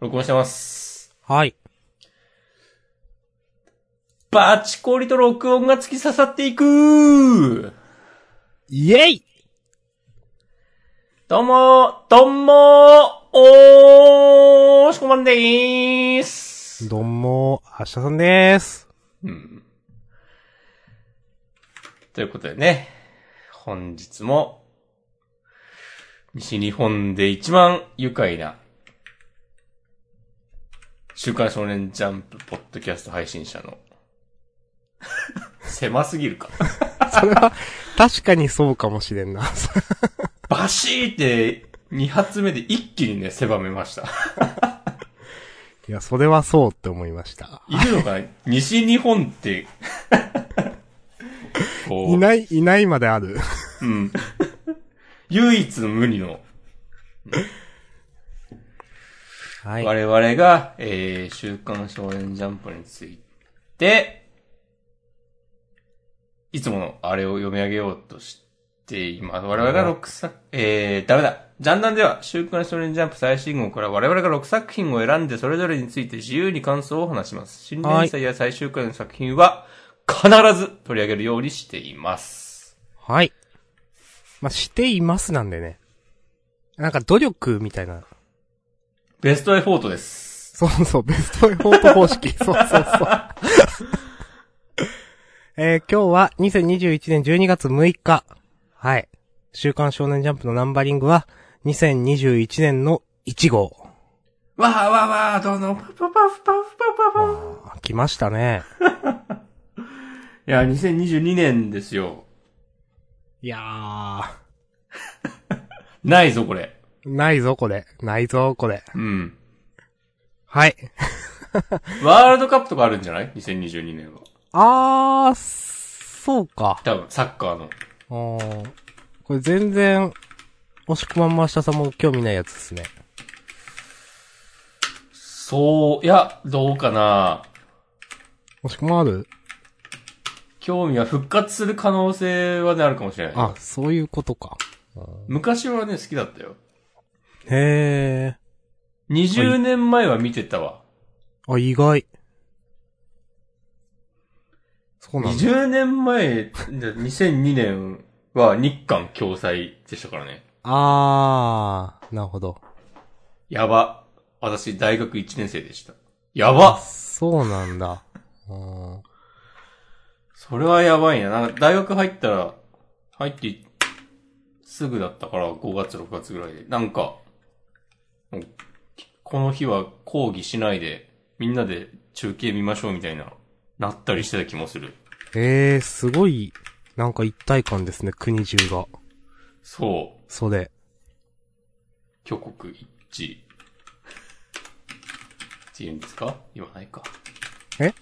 録音してます。はい。バチコリと録音が突き刺さっていくイェイどうも、どんも、おーしこまんでーす。どうも、明日さんです。うん。ということでね、本日も、西日本で一番愉快な、週刊少年ジャンプポッドキャスト配信者の、 狭すぎるか。それは、確かにそうかもしれんな。 バシーって、二発目で一気にね、狭めました。 いや、それはそうって思いました。いるのかな西日本って。こういない、いないまである。うん。唯一の無二のは我々が、えー、週刊少年ジャンプについて、いつものあれを読み上げようとしています。我々が6作、えー、ダメだ。ジャンダンでは、週刊少年ジャンプ最新号から我々が6作品を選んで、それぞれについて自由に感想を話します。新連載や最終回の作品は、必ず取り上げるようにしています。はい。まあ、していますなんでね。なんか努力みたいな。ベストエフォートです。そうそう、ベストエフォート方 式。そうそうそう。えー今日は2021年12月6日。はい。週刊少年ジャンプのナンバリングは、2021年の1号。わーわーわー、どうの、パフパフパフパフパフ。あ来ましたね。いや、2022年ですよ。いやー。ないぞ、これ。ないぞ、これ。ないぞ、これ。うん。はい。ワールドカップとかあるんじゃない ?2022 年は。あー、そうか。多分、サッカーの。あーこれ全然、押し込まんましたさんも興味ないやつですね。そう、いや、どうかな押し込まんある興味は復活する可能性はね、あるかもしれない。あ、そういうことか。昔はね、好きだったよ。へ20年前は見てたわ。ー。あ、意外。そうなんだ。 20年前、2002年は日韓共催でしたからね。あー、なるほど。やば。私、大学1年生でした。やばそうなんだ。うん。それはやばいな。なんか大学入ったら、入ってすぐだったから、5月、6月ぐらいで。なんか、もうこの日は講義しないで、みんなで中継見ましょうみたいな、なったりしてた気もする。えー、すごい、なんか一体感ですね、国中が。そう。それ。挙国一致。って言うんですか言わないか。え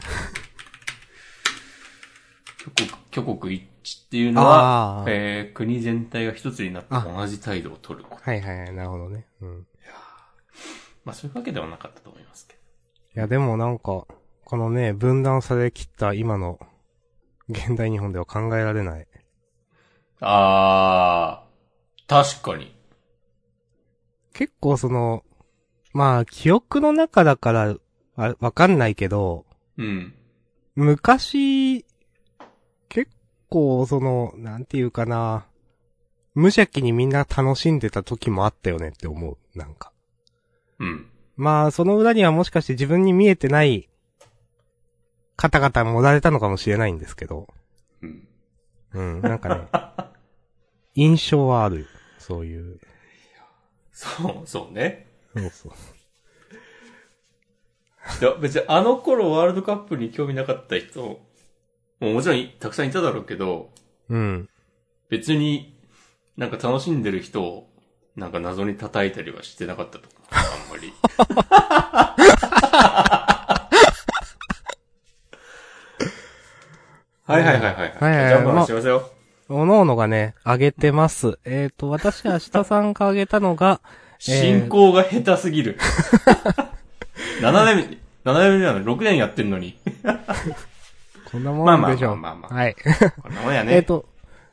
挙国、挙国一致っていうのあはー、えー、国全体が一つになって同じ態度を取ること。はいはいはい、なるほどね。うん。まあそういうわけではなかったと思いますけど。いや、でもなんか、このね、分断されきった今の、現代日本では考えられない。あー、確かに。結構その、まあ、記憶の中だから、あわかんないけど、うん。昔、結構その、なんていうかな、無邪気にみんな楽しんでた時もあったよねって思う、なんか。うん。まあ、その裏にはもしかして自分に見えてない、方々もおられたのかもしれないんですけど。うん。うん、なんかね、 印象はある。そういう。そう、そうね。そうそう。いや、別にあの頃ワールドカップに興味なかった人、もうもちろんたくさんいただろうけど、うん。別になんか楽しんでる人をなんか謎に叩いたりはしてなかったと思う。あん まり。はいはいはいはい。はいはいはいジャンプの話しますよ。おのおのがね、あげてます。えっ、と、私、明日さんがあげたのが、進行が下手すぎる。7年目、7年目なのに6年やってんの に。こんなもんでしょ。まあまあまあまあまあはい。こんなもんやね。えっと、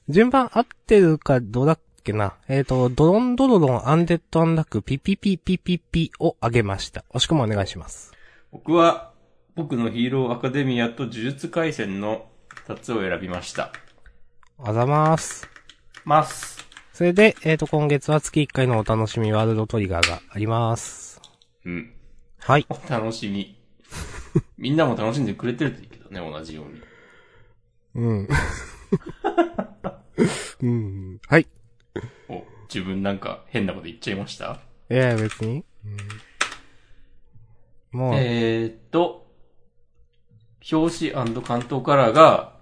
順番合ってるかどうだ、けな。えっ、と、ドロンドロロン、アンデッドアンラック、ピピピピピピをあげました。押し込みお願いします。僕は、僕のヒーローアカデミアと呪術回戦の2つを選びました。あざます。ます。それで、えっ、と、今月は月1回のお楽しみワールドトリガーがあります。うん。はい。お楽しみ。みんなも楽しんでくれてるといいけどね、同じように。 うん。うん。はい。お、自分なんか変なこと言っちゃいましたいや、別に。うん、もう、えーっと、表紙関東カラーが、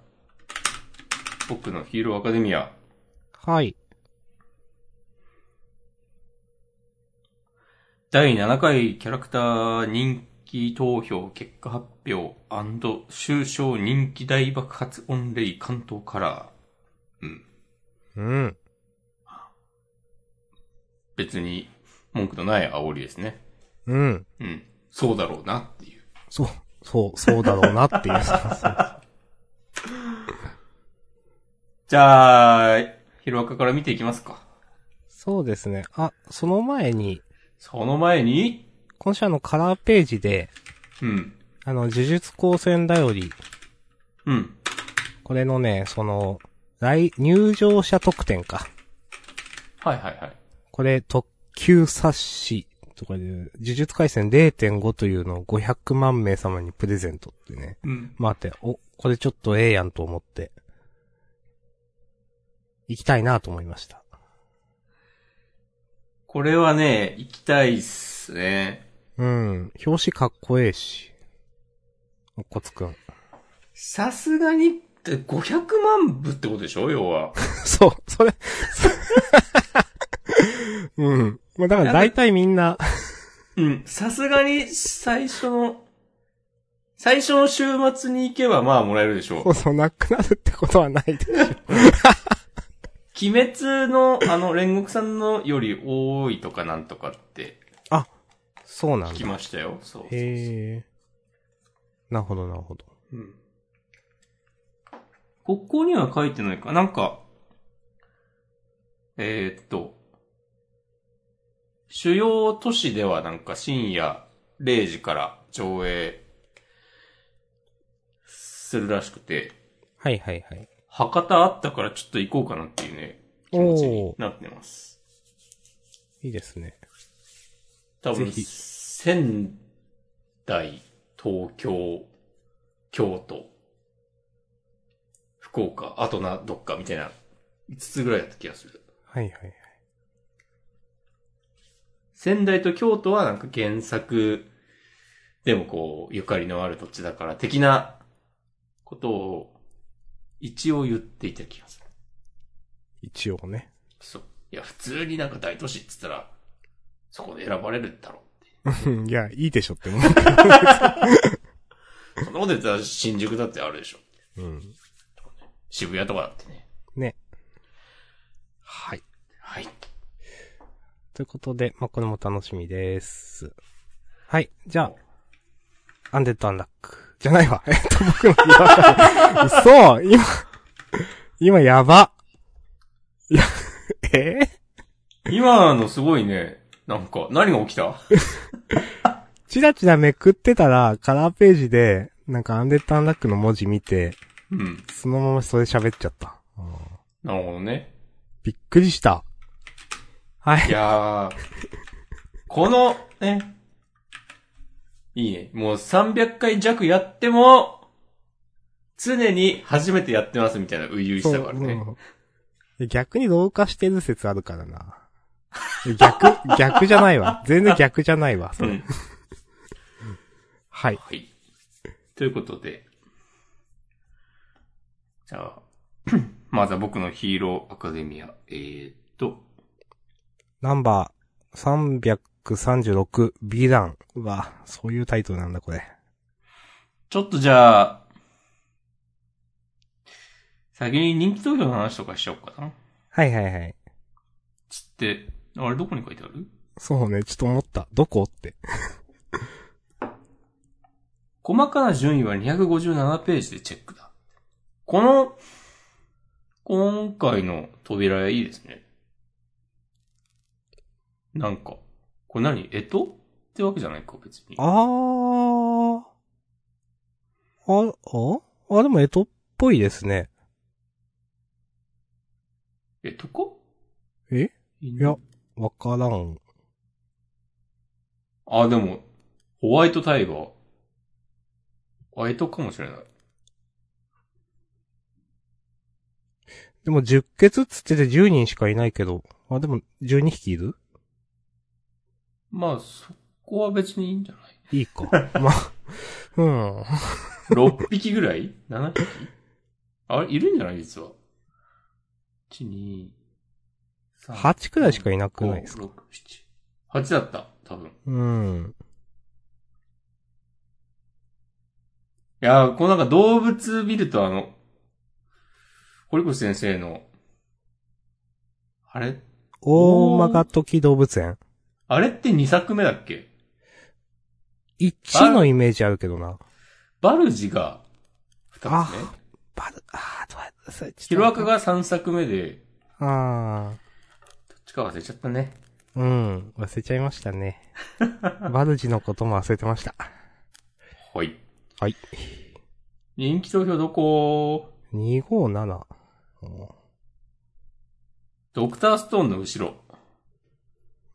僕のヒーローアカデミア。はい。第7回キャラクター人気投票結果発表終章人気大爆発オンレイ関東カラー。うん。別に文句のない煽りですね。うん。うん。そうだろうなっていう。そう、そう、そうだろうなって いう。じゃあ、ヒロアカから見ていきますか。そうですね。あ、その前に、その前に、今週あのカラーページで、うん。あの、呪術高専だより、うん。これのね、その、来、入場者特典か。はいはいはい。これ、特急冊子とかで、呪術回戦0.5というのを500万名様にプレゼントってね。うん。待って、お、これちょっとええやんと思って、行きたいなと思いました。これはね、行きたいっすね。うん。表紙かっこええし。おっこつくん。さすがにって500万部ってことでしょ要は。 そう、それ。 うん。まあだから大体みんな、うん。さすがに最初の、最初の週末に行けばまあもらえるでしょ。そううそう、なくなるってことはないでしょ。鬼滅のあの煉獄さんのより多いとかなんとかってそうなん聞きだ。ましたよ。そうそうそうへえ。なるほど、なるほど。うん。ここには書いてないか。なんか、えーっと、主要都市ではなんか深夜0時から上映するらしくて、はいはいはい。博多あったからちょっと行こうかなっていうね、気持ちになってます。いいですね。多分ぜひ、仙台、東京、京都、福岡、あとな、どっかみたいな、5つぐらいだった気がする。はいはいはい。仙台と京都はなんか原作でもこう、ゆかりのある土地だから、的なことを一応言っていた気がする。一応ね。 そう。いや、普通になんか大都市って言ったら、そこで選ばれるんだろうんいや、いいでしょって思 う。そんなこと言ったら新宿だってあるでしょ。う。うん。渋谷とかだってね。ね。はい。はい。ということで、まあ、これも楽しみです。はい。じゃあ、アンデッドアンラック。じゃないわ。えっ と、僕の言わない。嘘今、今やば。いや、え今のすごいね、なんか、何が起きたーチラチラめくってたら、カラーページで、なんかアンデッドアンラックの文字見て、うん。そのままそれ喋っちゃった。うんなるほどね。びっくりした。はいい。やー、この、ね、いいね。もう300回弱やっても、常に初めてやってますみたいな初々しさがあるね。うん逆に老化してる説あるからな。逆、 逆じゃないわ。全然逆じゃないわ。それうんはい。はい。ということで。じゃあ、 まずは僕のヒーローアカデミア。えーっと、ナンバー336、ヴィラン。うわ、そういうタイトルなんだ、これ。ちょっとじゃあ、先に人気投票の話とかしようかな。はいはいはい。つって、あれどこに書いてあるそうね、ちょっと思った。どこって。細かな順位は257ページでチェックだ。この、今回の扉いいですね。なんか、これ何えとってわけじゃないか、別に。あー。あ、ああ、でも、えとっぽいですね。えとかえいやわからん。あ、でも、ホワイトタイガー。あ、えとかもしれない。でも、10血っつってて10人しかいないけど。あ、でも、12匹いるまあ、そこは別にいいんじゃないいいか。まあ、うん。 ?6 匹ぐらい ?7 匹あれ、いるんじゃない実は。1、2、3。 8くらいしかいなくないですかか ?6、7。8だった、多分。いうん。やー、このなんか動物見るとあの、堀越先生の、あれ大曲時動物園。あれって2作目だっけ1のイメージあるけどな。バルジが2つ目あバル、あー、どうやったそれちょっヒとロアカが3作目で、あどっちか忘れちゃったね。ー。うん。忘れちゃいましたね。バルジのことも忘れてました。はい。はい。人気投票どこ257。うんドクターストーンの後ろ。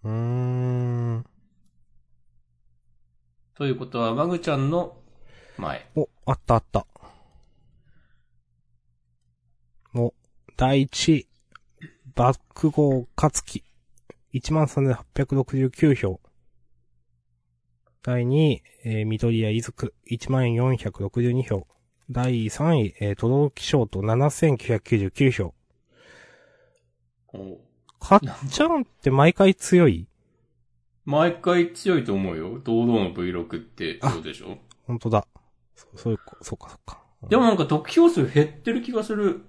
うーん。ということは、マグちゃんの前。お、あったあった。お、第1位。バック号勝樹。13,869票。第2位、えー、緑谷いずく。14,462票。第3位、えー、とどきショート。7,999票。おかっちゃんって毎回強い毎回強いと思うよ。堂々の V6 ってそうでしょ本当だ。そそういうこ、そうかそうか。でも、なんか得票数減ってる気がする。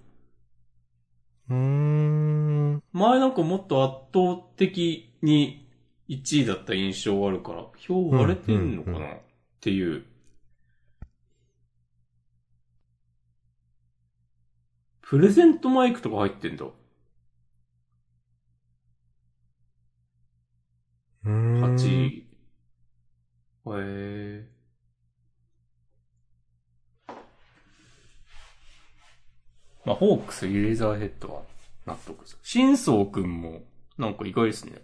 うーん。前なんかもっと圧倒的に1位だった印象があるから、票割れてんのかな、うんうんっていう。プレゼントマイクとか入ってんだ。うーん。 8位。へえ。まあ、ホークス、レーザーヘッドは納得です。新宗くんも、なんか意外ですね。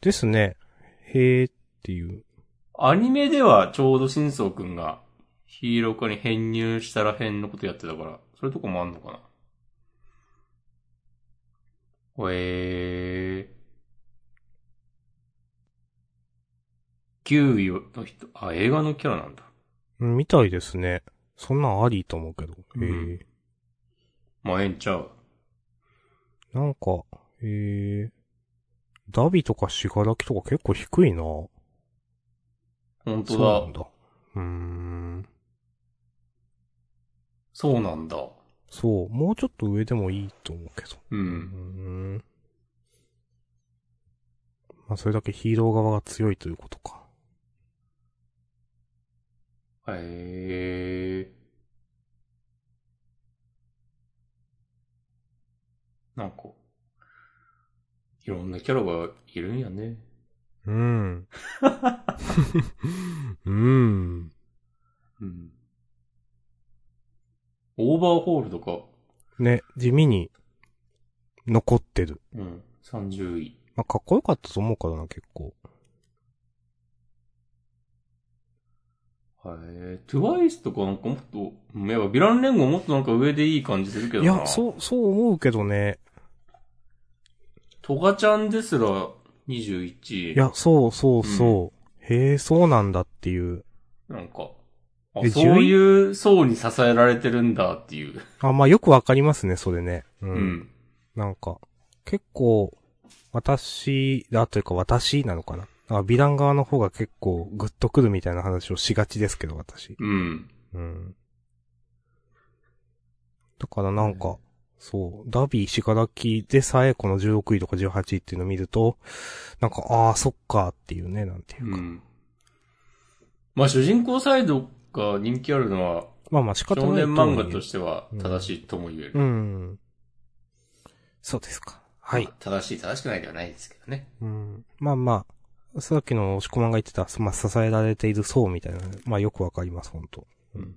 ですね。へーっていう。アニメではちょうど新宗くんがヒーロー化に編入したら編のことやってたから、それとかもあんのかなほえー。9位の人、あ、映画のキャラなんだ。うんみたいですね。そんなんありと思うけど。うへんえ。まあ、ええんちゃう。なんか、へえ。ダビとかシガラキとか結構低いな。本当そうなんだ。だ。うーん。そうなんだ。そう。もうちょっと上でもいいと思うけど。う。うんーん。まあ、それだけヒーロー側が強いということか。へえ。なんか、いろんなキャラがいるんやね。 うん。うん。うん。オーバーホールとか、ね、地味に残ってる。うん、30位。まあ、かっこよかったと思うからな、結構。はい。トゥワイスとかなんかもっと、うんやっぱヴィラン連合もっとなんか上でいい感じするけどいな。や、そう、そう思うけどね。トガちゃんですら21位。いや、そうそうそう。へえ、そうなんだっていう。なんか、あえそういう層に支えられてるんだっていう。あ、まあ、よくわかりますね、それね。う。うんん。なんか、結構、私だというか私なのかな。なんか、ヴィラン側の方が結構グッとくるみたいな話をしがちですけど、私。うん。うん。だからなんか、そう、ダビー、シガラキでさえこの16位とか18位っていうのを見ると、なんか、ああ、そっかっていうね、なんていううか。ん。まあ主人公サイドが人気あるのは、まあまあ仕方少ないと年思う漫よ画としては正しいとも言える。うん。そうですか。はい。正しい、正しくないではないですけどね。うん。まあまあ、さっきの押し込まんが言ってた、そまあ、支えられている層みたいな、まあよくわかります、本当うん。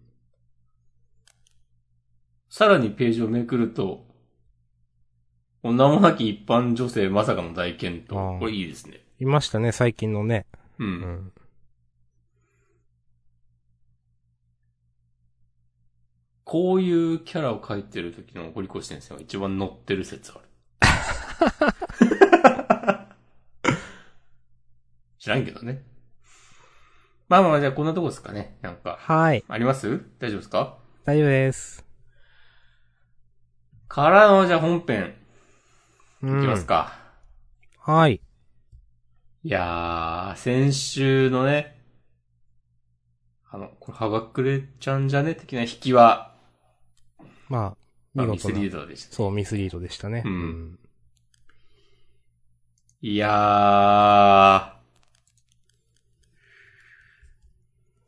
さらにページをめくると、女もなき一般女性まさかの大健あ闘。ーこれいいですね。いましたね、最近のね。う。うんん。こういうキャラを描いてる時の堀越先生が一番乗ってる説あ る。知らんけどね。まあまあまあ、じゃあこんなとこですかね。なんか、はい。あります大丈夫ですか大丈夫です。からの、じゃあ本編、ういん。きますか。はい。いやー、先週のね、あの、これ、はがくれちゃんじゃね的な引きは、まあ、まあ見ミス事なリ。ードでした。そう、ミスリードでしたね。うんいやー、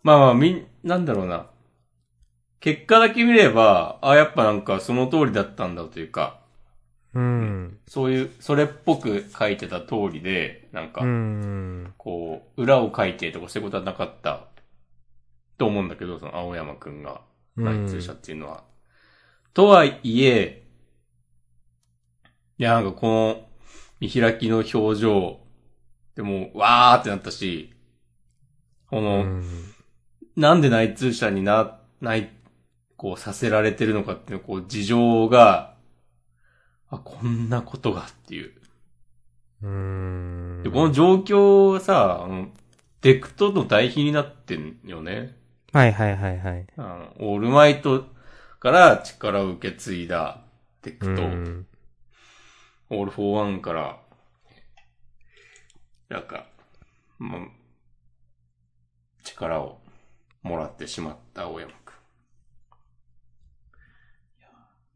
まあまあ、みん、なんだろうな。結果だけ見れば、あ、やっぱなんかその通りだったんだというか、うん。そういう、それっぽく書いてた通りで、なんか、うん。こう、裏を書いてとかそういうことはなかった、と思うんだけど、その青山くんが。うん。内通者っていうのは。とはいえ、いや、なんかこの見開きの表情、でも、わーってなったし、こうの、ん。なんで内通者にな、ない、こうさせられてるのかっていう、こう事情が、あ、こんなことがっていう。うん。で、この状況はさ、あの、デクトの対比になってんよね。はいはいはいはい。あの、オールマイトから力を受け継いだテうクと、ん。オールフォーワンから、なんか、まあ、力をもらってしまった青山くん。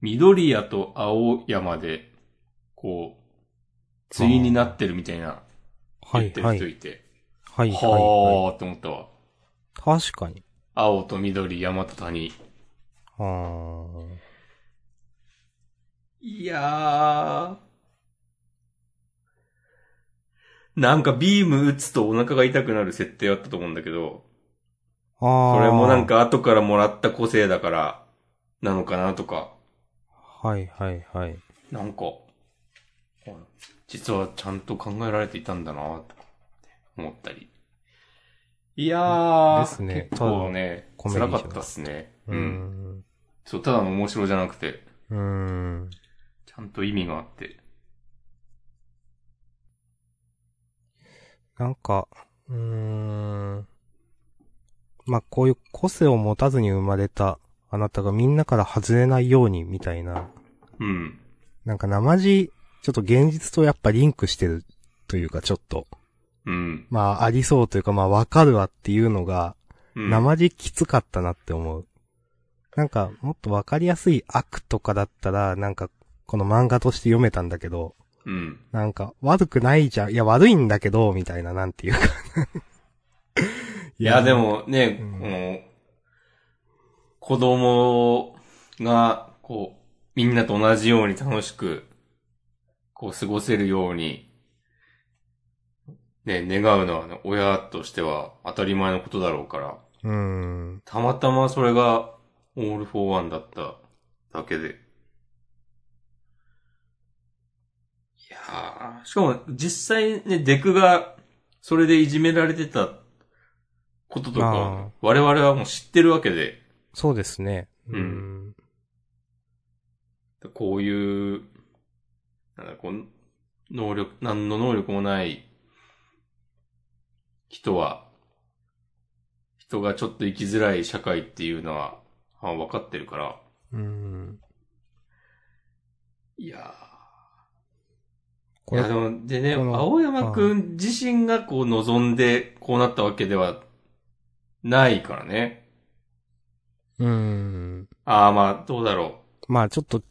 緑屋と青山で、こう、対になってるみたいなは言いってはるい。人はいいて、はい、ははーって思ったわ。い。確かに。青と緑、山と谷。あー。いやー。なんかビーム打つとお腹が痛くなる設定あったと思うんだけど、あー。それもなん。か後からもらった個性だから、なのかなとか、はいはいはい。なんか、実はちゃんと考えられていたんだなとか思ったり。いやー、ですね結構ね、ただの辛かったっすね。ううん。ん。そう、ただの面白じゃなくて、うん。ちゃんと意味があって。なんか、うーん。まあ、こういう個性を持たずに生まれたあなたがみんなから外れないようにみたいな、うん。なんか生地、ちょっと現実とやっぱリンクしてるというかちょっと、うん。まあありそうというかまあわかるわっていうのが、うん生地きつかったなって思う。なんかもっとわかりやすい悪とかだったら、なんかこの漫画として読めたんだけど、うん。なんか、悪くないじゃん。いや、悪いんだけど、みたいな、なんていうか。 いや、で。もね、うんこの、子供が、こう、みんなと同じように楽しく、こう、過ごせるように、ね、願うのはね、親としては当たり前のことだろうから、うーん。たまたまそれが、オールフォーワンだっただけで。いやー、しかも実際ね、デクが、それでいじめられてたこととあかー、我々はもう知ってるわけで、そうですね。ううんん。こういう、なんだ、こう、能力、何の能力もない人は、人がちょっと生きづらい社会っていうのは、あ分かってるから、うん。いやー、こいれや、でも、でね、この青山くん自身がこう望んでこうなったわけではないからね。うん。ああ、まあ、どうだろまあ、ちょっと違う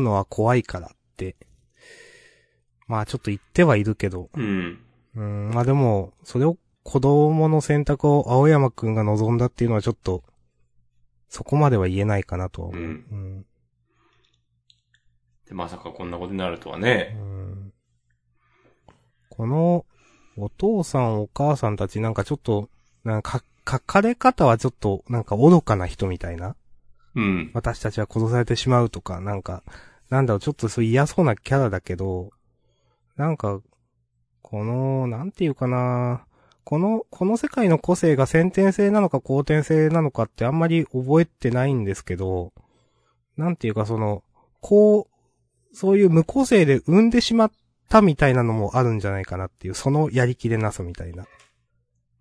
のは怖いからって。まあ、ちょっと言ってはいるけど。う。うん。うん。まあ、でも、それを子供の選択を青山くんが望んだっていうのはちょっと、そこまでは言えないかなとは思う。ううんん。で、まさかこんなことになるとはうね。んこの、お父さんお母さんたちなんかちょっと、なんか書かれ方はちょっと、なんか愚かな人みたいな。うん。私たちは殺されてしまうとか、なんか、なんだろう、ちょっとそう嫌そうなキャラだけど、なんか、この、なんていうかな、この、この世界の個性が先天性なのか後天性なのかってあんまり覚えてないんですけど、なんていうかその、こう、そういう無個性で産んでしまったみたいなのもあるんじゃないかなっていう、そのやりきれなさみたいな。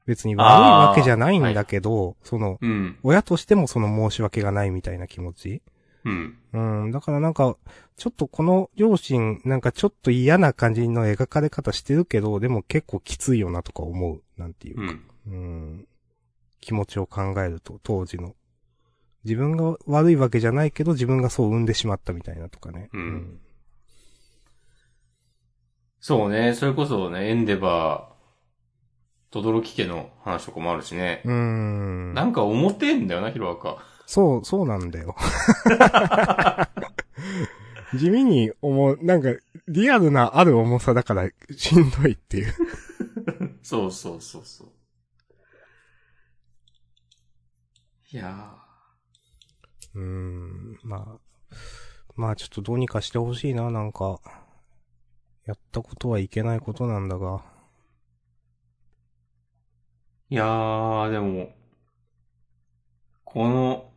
別に悪いわけじゃないんだけど、その、うん。親としてもその申し訳がないみたいな気持ち。うん。うん、だからなんか、ちょっとこの両親、なんかちょっと嫌な感じの描かれ方してるけど、でも結構きついよなとか思う、なんていううか。ん。うん、気持ちを考えると、当時の。自分が悪いわけじゃないけど、自分がそう産んでしまったみたいなとかね。うんそうね、それこそね、エンデバー、とどろき家の話とかもあるしね。うん。なんか重てえんだよな、ヒロアカ。そう、そうな んだよ。地味に重、なんか、リアルなある重さだから、しんどいっていう。そうそうそうそう。いやうーん、まあ、まあちょっとどうにかしてほしいな、なんか。やったことはいけないことなんだが。ー。いやー、でも、この、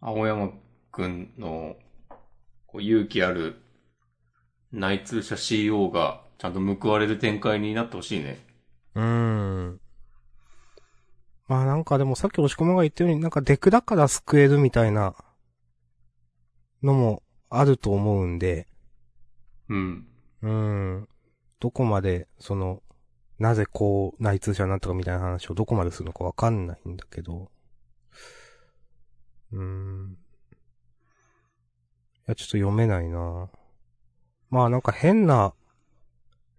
青山くんの、こう勇気ある、内通者 CO が、ちゃんと報われる展開になってほしいね。うーん。まあなんかでもさっき押し込まが言ったように、なんかデクだから救えるみたいな、のもあると思うんで。うん。うーん。どこまで、その、なぜこう、内通者になったかみたいな話をどこまでするのかわかんないんだけど。うーん。いや、ちょっと読めないなまあなんか変な、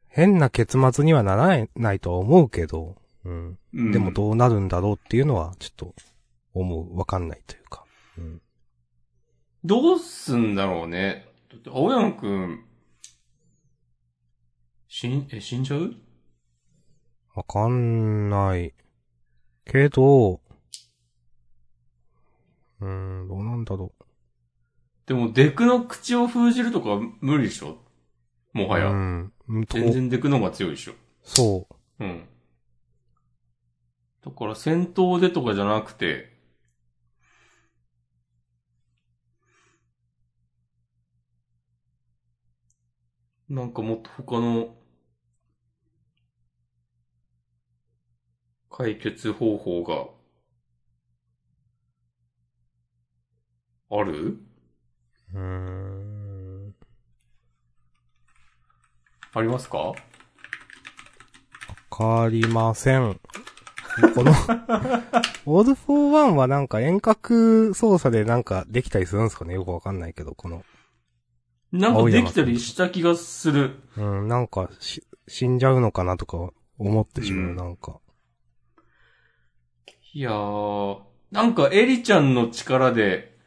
変な結末にはならない、ないとは思うけど、うん。うんでもどうなるんだろうっていうのは、ちょっと、思う。わかんないというか。うん。どうすんだろうね。だって、青山くん、死ん、え、死んじゃうわかんない。けど、うーん、どうなんだろでも、デクの口を封じるとか無理でしょもう。はうや。ん。と全然デクの方が強いでしょ。そうん。だから、戦闘でとかじゃなくて、なんかもっと他の解決方法があるう。うーん。ありますかわかりません。この、オールフォーワンはなんか遠隔操作でなんかできたりするんですかねよくわかんないけど、この。なんか青で山きさたんりした気がする。うん、なんかし、死んじゃうのかなとか思ってしまう、うんなんか。いやー、なんかエリちゃんの力で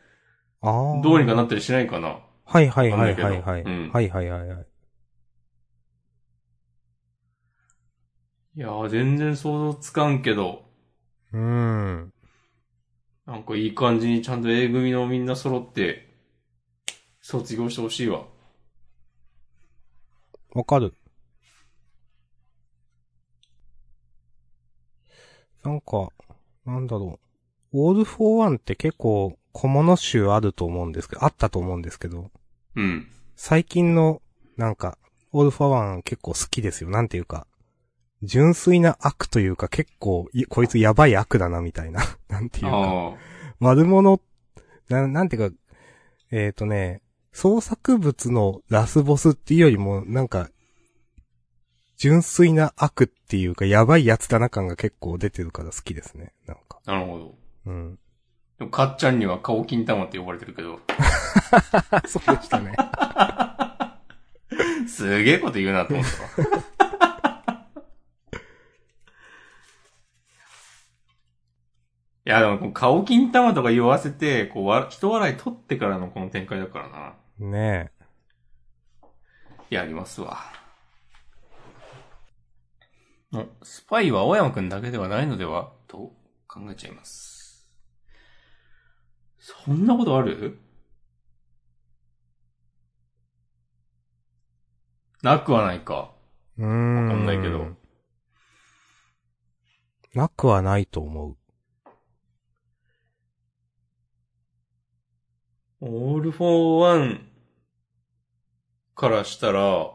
ああ。どうにかなったりしないかなはいはいはいわはいかんはないい。けどうんはいはいはいはい。いやー、全然想像つかんけど、うーん。なんかいい感じにちゃんと A 組のみんな揃って、卒業してほしいわ。わかる。なんか、なんだろう。オール・フォー・ワンって結構小物集あると思うんですけど、あったと思うんですけど、うん。最近の、なんか、オール・フォー・ワン結構好きですよ。なんていうか、純粋な悪というか結構、いこいつやばい悪だなみたいな。 なんていうか。ああ。悪者、な、なんていうか、えっ、とね、創作物のラスボスっていうよりも、なんか、純粋な悪っていうか、やばいやつだな感が結構出てるから好きですね。なんか。なるほど。 うん。でも、かっちゃんには顔金玉って呼ばれてるけ ど、あ、そうでしたね。すげえこと言うなと思ったわ。 いや、でもこう、顔金玉とか言わせて、こう、わ、人笑い取ってからのこの展開だからな。ねえ。やりますわ。おスパイは青山くんだけではないのではと考えちゃいます。そんなことあるなくはないか。うーん。わかんないけど。なくはないと思う。オールフォーワンからしたら、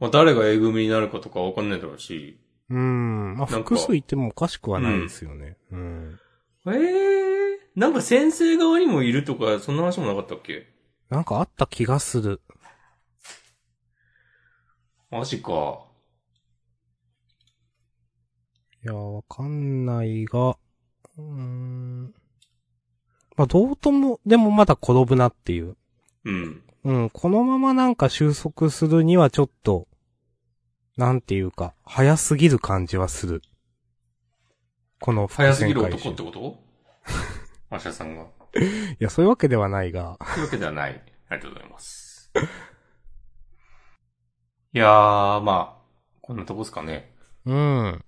まあ、誰が A 組になるかとかわかんないだろうし、うーん。まあ、なんか複数いてもおかしくはないですよね。うん。ええなんか先生側にもいるとか、そんな話もなかったっけなんかあった気がする。マジか。いやー、わかんないが、うーん。まあ、どうとも、でもまだ転ぶなっていう。うん。うん、このままなんか収束するにはちょっと、なんていうか、早すぎる感じはする。この伏早線回収すぎる男ってこと マシャさんが。いや、そういうわけではないが。 というわけではない。ありがとうございます。いやー、まあ、こんなとこですかね。うん。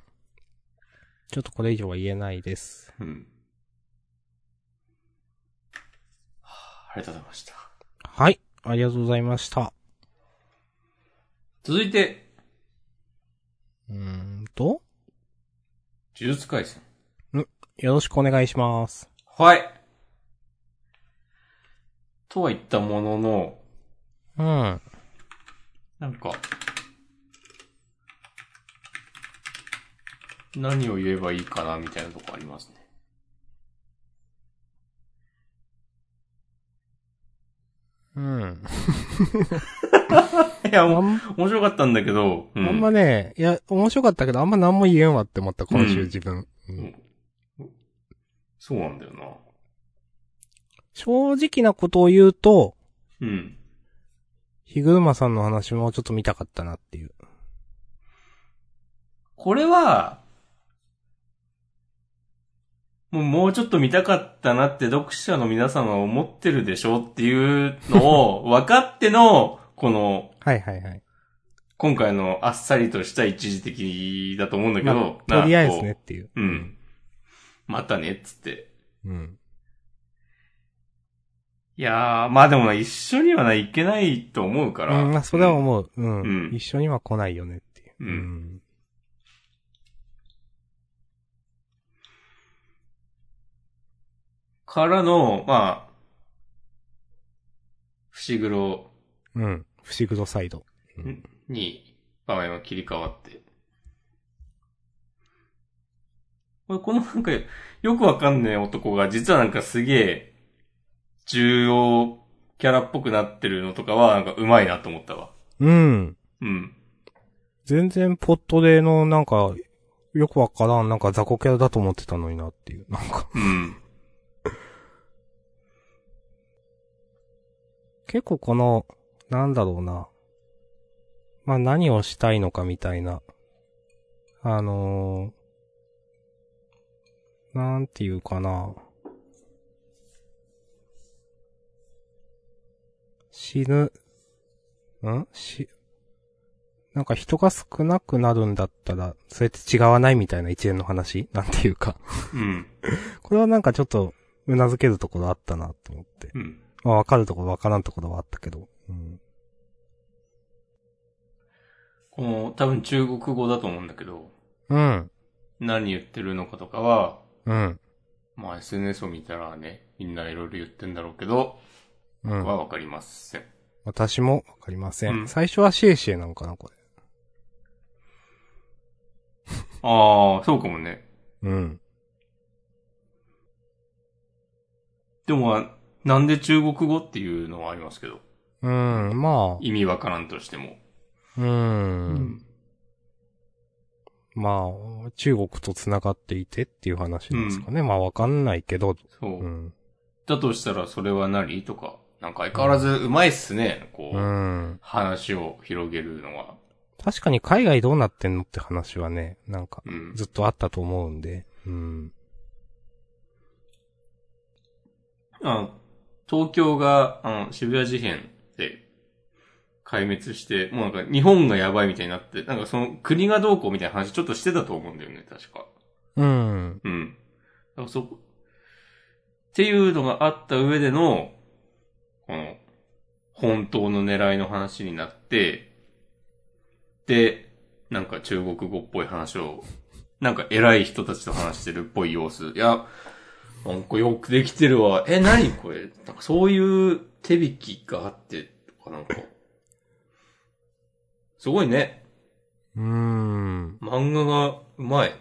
ちょっとこれ以上は言えないです。うん。はあありがとうございました。はい。ありがとうございました。続いて、うーんと、呪術回戦。よろしくお願いします。はい。とは言ったものの、うん。なんか、何を言えばいいかなみたいなとこありますね。うん。 いや、あもうん面白かったんだけど、うあんまね、いや、面白かったけど、あんま何も言えんわって思った、今週うん自分。そうなんだよな。正直なことを言うと、うん。ヒグルマさんの話もちょっと見たかったなっていう。これは、もうもうちょっと見たかったなって読者の皆様は思ってるでしょうっていうの を分かっての、この、はいはいはい。今回のあっさりとした一時的だと思うんだけど、まあとりあえずなねっ。ていう。こううん。またねっつって。うん。いやー、まあでもな、一緒にはな、いけないと思うかうら。ん、まあ、それは思う。うん。うん一緒には来ないよねっていう。うんん。からの、まあ、伏黒うん。不思議とサイド。に場面は切り替わって。これ、このなんか、よくわかんねえ男が、実はなんかすげえ、重要キャラっぽくなってるのとかは、なんか上手いなと思ったわ。うん。うん。全然ポットでのなんか、よくわからん、なんか雑魚キャラだと思ってたのになっていう。なんか、うん。結構この、なんだろうな。まあ何をしたいのかみたいな。あのー、なんていうかな。死ぬ、ん死、なんか人が少なくなるんだったら、それって違わないみたいな一連の話なんていうか。 うん。これはなんかちょっと、うなずけるところあったなと思って。うん。まあ、わかるところわからんところはあったけど。うん。この、多分中国語だと思うんだけど、うん。何言ってるのかとかは、うん。まあ SNS を見たらね、みんないろいろ言ってんだろうけど、うん。はわかりません。私もわかりません。うん最初はシエシエなのかな、こああ、そうかもね。れ。うん。でもまあ、なんで中国語っていうのはありますけど、うん、ま意味わからんとしても。あ、うん。まあ、中国と繋がっていてっていう話なんですかね。まあ、わかんないけど。そう。うん。だとしたら、それは何とか、なんか相変わらずうまいっすね、こうう、ん。話を広げるのは。確かに海外どうなってんのって話はね、なんか、うん。ずっとあったと思うんで、うん。あ東京が、あの、渋谷事変で、壊滅して、もうなんか日本がやばいみたいになって、なんかその国がどうこうみたいな話ちょっとしてたと思うんだよね、確か。うん。うん。だからそこ、っていうのがあった上での、この、本当の狙いの話になって、で、なんか中国語っぽい話を、なんか偉い人たちと話してるっぽい様子。いや、なんかよくできてるわ。え、何これなんかそういう手引きがあって、とかなんか。すごいね。うーん。漫画がうまい。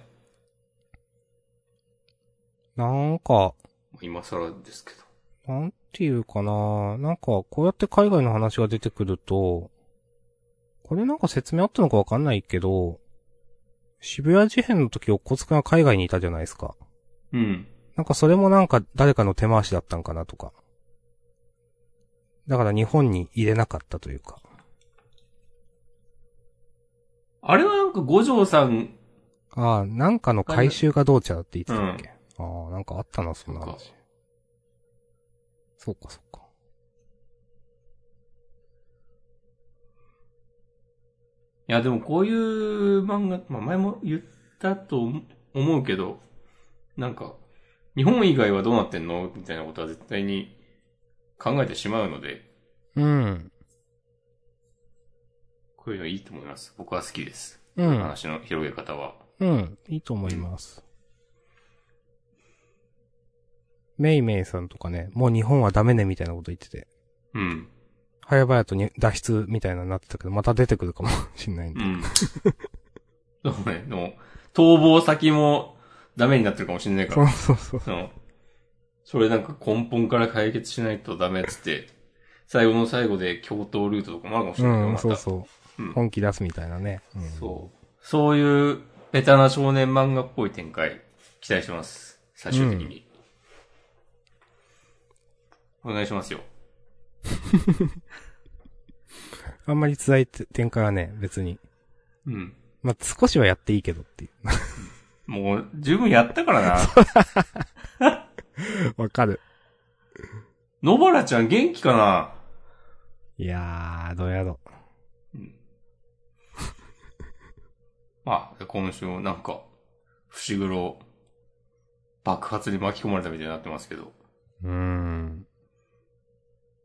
なんか、今更ですけど。なんていうかななんか、こうやって海外の話が出てくると、これなんか説明あったのかわかんないけど、渋谷事変の時、おこつくんが海外にいたじゃないですか。うん。なんかそれもなんか誰かの手回しだったんかなとか。だから日本に入れなかったというか。あれはなんか五条さん、ああ、なんかの回収がどうちゃうって言ってたっけ、ああ、なんかあったな、そんなそっか話。そうか、そうか。いやでもこういう漫画、まあ前も言ったと思思うけど、なんか、日本以外はどうなってんのみたいなことは絶対に考えてしまうので、うん。こういうのいいと思います。僕は好きです。うん。話の広げ方は。うん。いいと思います。メイメイさんとかね、もう日本はダメねみたいなこと言ってて、うん。早々とに脱出みたいなのになってたけど、また出てくるかもしんないうんで。ん。 そうね、でも、逃亡先もダメになってるかもしれないかそうら、そうそう。その、それなんか根本から解決しないとダメっつって、最後の最後で共闘ルートとかもあるかもしれないけど、うん、またそうそうう。ん本気出すみたいなね。うん、そう。そういう、ベタな少年漫画っぽい展開、期待してます。最終的に。お願いしますよ。あんまり辛い展開はね、別に。うん。まあ、少しはやっていいけどっていう。もう、十分やったからな。 わかる。野原ちゃん元気かないやー、どうやろまあ、今週もなんか、伏黒、爆発に巻き込まれたみたいになってますけど。う。うーん。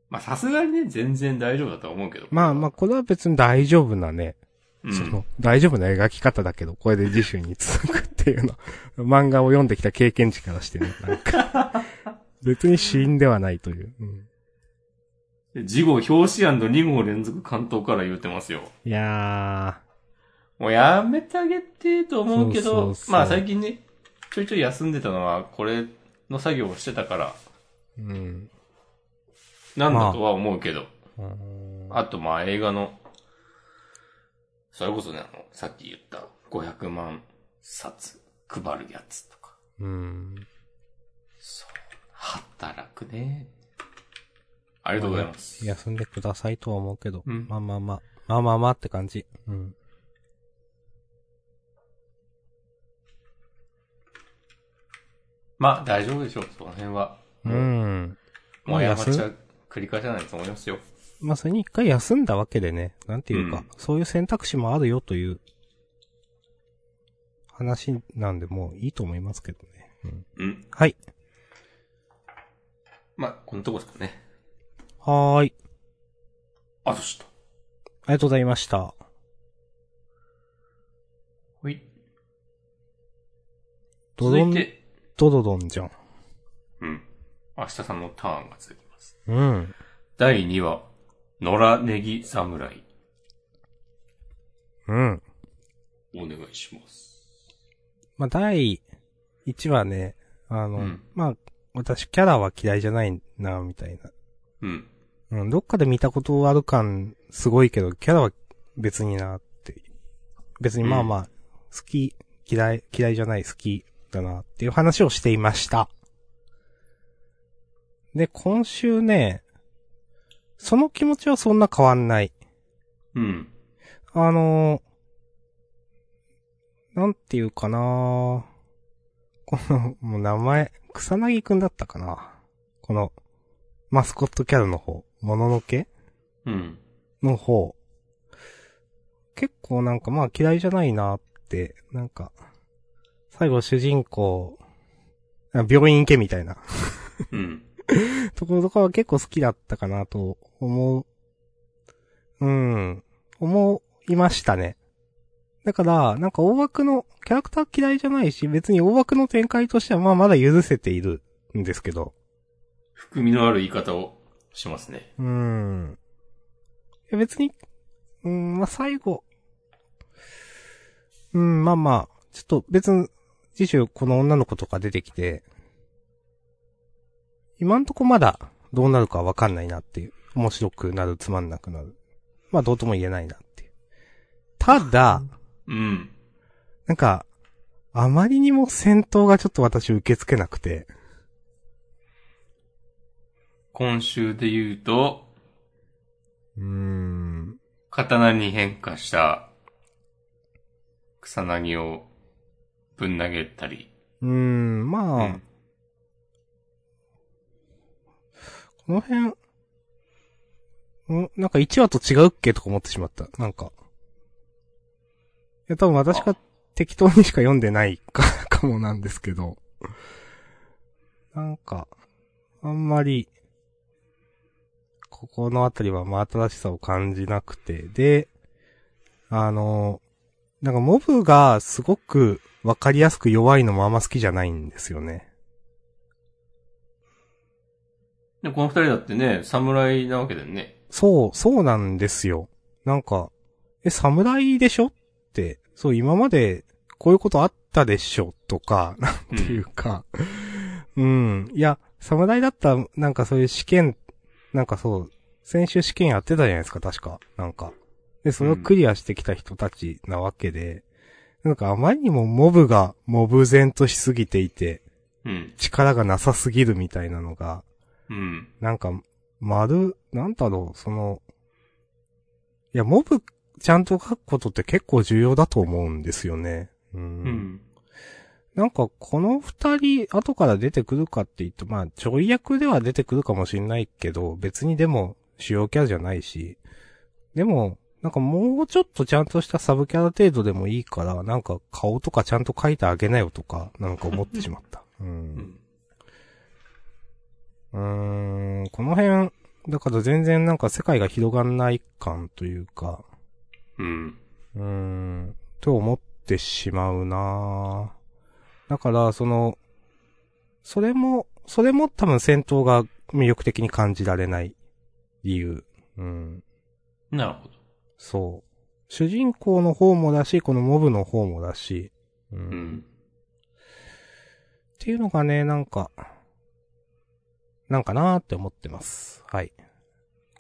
まあ、さすがにね、全然大丈夫だとは思うけど。まあまあ、これは別に大丈夫なね、うん、その、大丈夫な描き方だけど、これで次週に続くっていうの。 漫画を読んできた経験値からしてね、なんか。 別に死因ではないという。うん次号表紙 &2 号連続関東から言うてますよ。いやもうやめてあげてと思うけど、そうそうそうまあ最近ね、ちょいちょい休んでたのは、これの作業をしてたから、ー、うん。なんだとは思うけど、うーんあ、とまあ映画の、それこそね、あの、さっき言った500万冊配るやつとか、うん。そう、働くね。ありがとうございます。休んでくださいとは思うけど、うんまあまあまあ、まあまあまあって感じ。うん。まあ大丈夫でしょう、その辺は。うもう、ん。もう過ち休は繰り返さないと思いますよ。まあ、それに一回休んだわけでね、なんていうか、うんそういう選択肢もあるよという、話なんで、もういいと思いますけどね。うんうん。はい。まあ、このとこですかね。はーい。あとした。ありがとうございました。ほい。ド続ドいン、て、ドドドンじゃん。うん。明日さんのターンが続きます。うん。第2話、野良ネギ侍。うん。お願いします。まあ、第1話ね、あの、うんまあ、私キャラは嫌いじゃないな、みたいな。うん。うん、どっかで見たことある感すごいけど、キャラは別になって。別にまあまあ、好き、嫌い、嫌いじゃない好きだなっていう話をしていました。で、今週ね、その気持ちはそんな変わんない。うん。あのーなんていうかなこの、もう名前、草薙くんだったかなこの、マスコットキャラの方、もののけうん。の方。結構なんかまあ嫌いじゃないなって、なんか、最後主人公、あ病院行けみたいなうん。 ところとかは結構好きだったかなと思う。うん。思いましたね。だから、なんか大枠の、キャラクター嫌いじゃないし、別に大枠の展開としてはまあまだ許せているんですけど。含みのある言い方をしますね。うん。いや別に、うん、まあ、最後。うん、まあまあ、ちょっと別に、次週この女の子とか出てきて、今んとこまだどうなるかわかんないなっていう。面白くなる、つまんなくなる。まあどうとも言えないなっていう。た だ、うん。なんか、あまりにも戦闘がちょっと私受け付けなくて。今週で言うと、うーん。刀に変化した草薙をぶん投げたり。うーん、まあ、うんこの辺、んなんか1話と違うっけとか思ってしまった。なんか。いや、多分私が適当にしか読んでないか かもなんですけど。なんか、あんまり、ここのあたりは真新しさを感じなくて、で、あの、なんかモブがすごくわかりやすく弱いのもあんま好きじゃないんですよね。で、この二人だってね、侍なわけだよね。そう、そうなんですよ。なんか、え、侍でしょって、そう、今までこういうことあったでしょとか、 なんうんていうか、うん。いや、侍だったら、なんかそういう試験、なんかそう、先週試験やってたじゃないですか、確か。なんか。で、それをクリアしてきた人たちなわけで、なんかあまりにもモブがモブ然としすぎていて、うん。力がなさすぎるみたいなのが、うん。なんか、丸、なんだろう、その、いや、モブちゃんと書くことって結構重要だと思うんですよね。う。うんん。なんか、この二人、後から出てくるかって言うと、まあ、ちょい役では出てくるかもしんないけど、別にでも、主要キャラじゃないし、でも、なんかもうちょっとちゃんとしたサブキャラ程度でもいいから、なんか顔とかちゃんと書いてあげなよとか、なんか思ってしまった。うんうん。うーん、この辺、だから全然なんか世界が広がんない感というか、うん。うーん、と思ってしまうなぁだから、その、それも、それも多分戦闘が魅力的に感じられない理由。うん、なるほど。そう。主人公の方もだし、このモブの方もだし、う、うんっん。ていうのがね、なんか、なんかなーって思ってます。はい。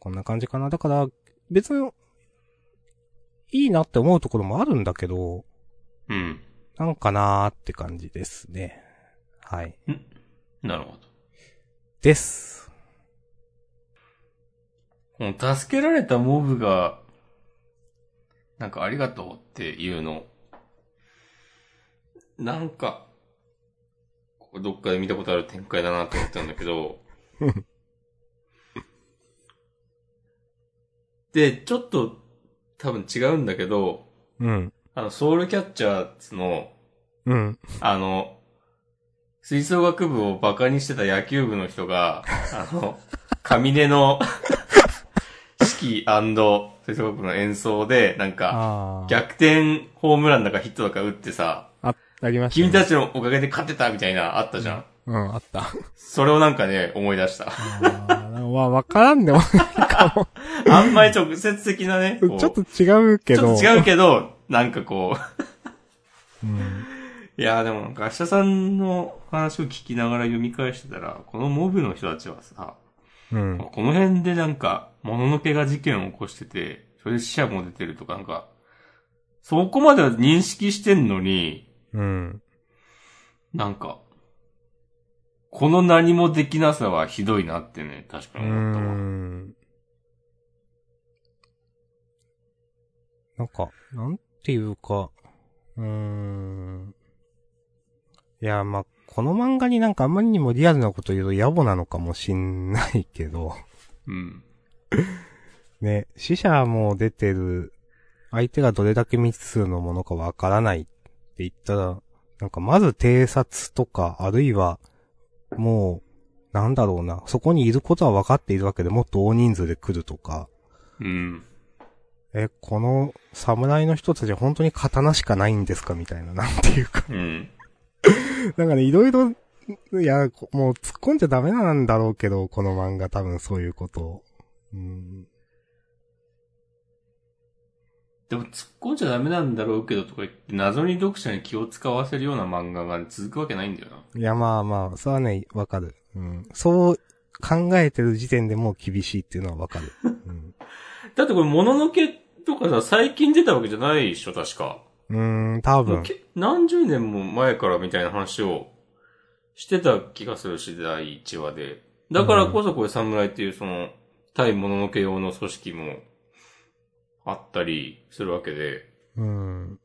こんな感じかな。だから、別に、いいなって思うところもあるんだけど、うん。なんかなーって感じですね。はい。なるほど。です。この助けられたモブが、なんかありがとうっていうの、なんか、ここどっかで見たことある展開だなと思ったんだけ ど、で、ちょっと多分違うんだけど、うん。あの、ソウルキャッチャーズの、うん。あの、吹奏楽部をバカにしてた野球部の人が、あの、上根の 指揮吹奏楽部の演奏で、なんか、あー。逆転ホームランだかヒットだか打ってさ、あ、ありました、ね。君たちのおかげで勝てたみたいな、あったじゃん。うん、あった。それをなんかね、思い出 した。あーわ、わからんでもないかも。あんまり直接的なね、ちこうょっと違うけちょど。っと違うけど、なんかこうん。う、いやーでもなんか、明日さんの話を聞きながら読み返してたら、このモブの人たちはさ、うん。この辺でなんか、もののけが事件を起こしてて、それで死者も出てるとか、なんか、そこまでは認識してんのに、うん。なんか、この何もできなさはひどいなってね、確かうーに思ったわ。ん。なんか、なんていうか、うーん。いや、まあ、この漫画になんかあんまりにもリアルなこと言うと野暮なのかもしんないけど、うん。ね、死者も出てる、相手がどれだけ未知数のものかわからないって言ったら、なんかまず偵察とか、あるいは、もう、なんだろうな、そこにいることは分かっているわけでもっと大人数で来るとか、うん。え、この侍の人たちは本当に刀しかないんですかみたいな、なんていうか。 うん。なんかね、いろいろ、いや、こもう突っ込んじゃダメなんだろうけど、この漫画多分そういうことを。うん。でも突っ込んじゃダメなんだろうけどとか言って、謎に読者に気を使わせるような漫画が続くわけないんだよな。いや、まあまあ、それはね、わかる。うん。そう考えてる時点でもう厳しいっていうのはわかる。うん。だってこれ、もののけとかさ、最近出たわけじゃないでしょ、確か。うーん、多もう分。け何十年も前からみたいな話をしてた気がするし、第1話で。だからこそこれ、侍っていうその、対もののけ用の組織もあったりするわけで。うん。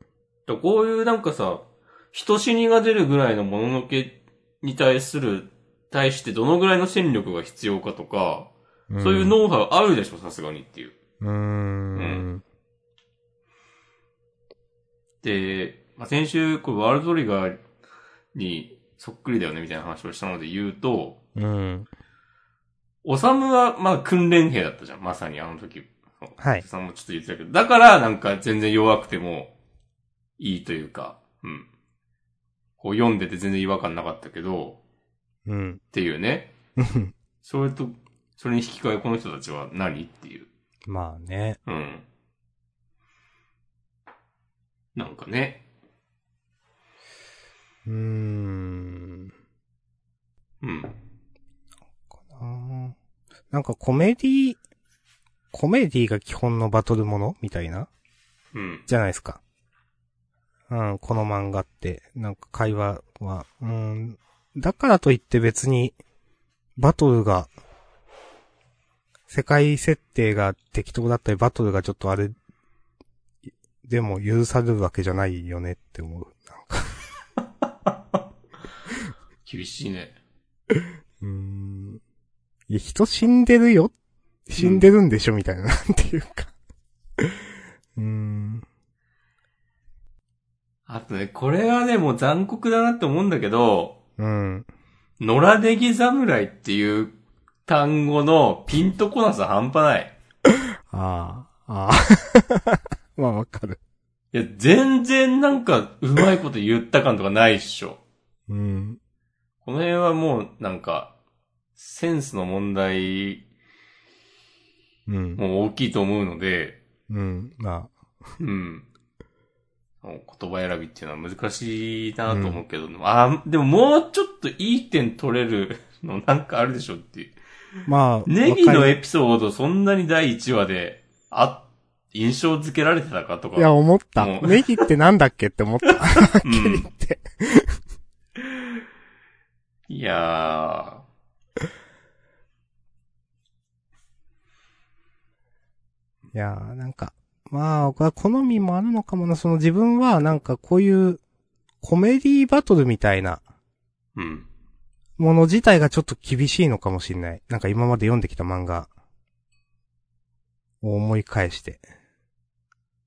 だからこういうなんかさ、人死にが出るぐらいのもののけに対する、対してどのぐらいの戦力が必要かとか、そういうノウハウあるでしょ、さすがにっていう。うーん。で、まあ、先週、これワールドトリガーにそっくりだよねみたいな話をしたので言うと、うん。オサムは、まあ、訓練兵だったじゃん。まさにあの時。はいお。さんもちょっと言ってたけど。だから、なんか全然弱くてもいいというか、うん。こう読んでて全然違和感なかったけど、うん。っていうね。 うんそれと、それに引き換えこの人たちは何っていう。まあね。うん。なんかね。うーん。うん。かななんかコメディ、コメディが基本のバトルものみたいなうん。じゃないですか。うん、この漫画って、なんか会話は、うん、だからといって別に、バトルが、世界設定が適当だったり、バトルがちょっとあれ、でも許されるわけじゃないよねって思う。なんか、厳しいね。うーん。いや、人死んでるよ死んでるんでしょ、みたいな、なんていうか。 うーん。あとね、これはね、もう残酷だなって思うんだけど、うん。野良ネギ侍っていう単語のピンとこなさ半端ない。ああ、ああ。 まあわかる。いや、全然なんか、うまいこと言った感とかないっしょ。うん。この辺はもう、なんか、センスの問題うん。も大きいと思うので、うん。まうん。言葉選びっていうのは難しいなと思うけど、あでももうちょっといい点取れるのなんかあるでしょっていう。あ、まあ、ネギの若いエピソードそんなに第1話で、あ、印象付けられてたかとか。いや、思った。もうネギってなんだっけって思った。うんて いや いやー、なんか、まあ、これは好みもあるのかもな。その自分は、なんかこういう、コメディバトルみたいなー。うん。もの自体がちょっと厳しいのかもしんない。なんか今まで読んできた漫画を思い返して。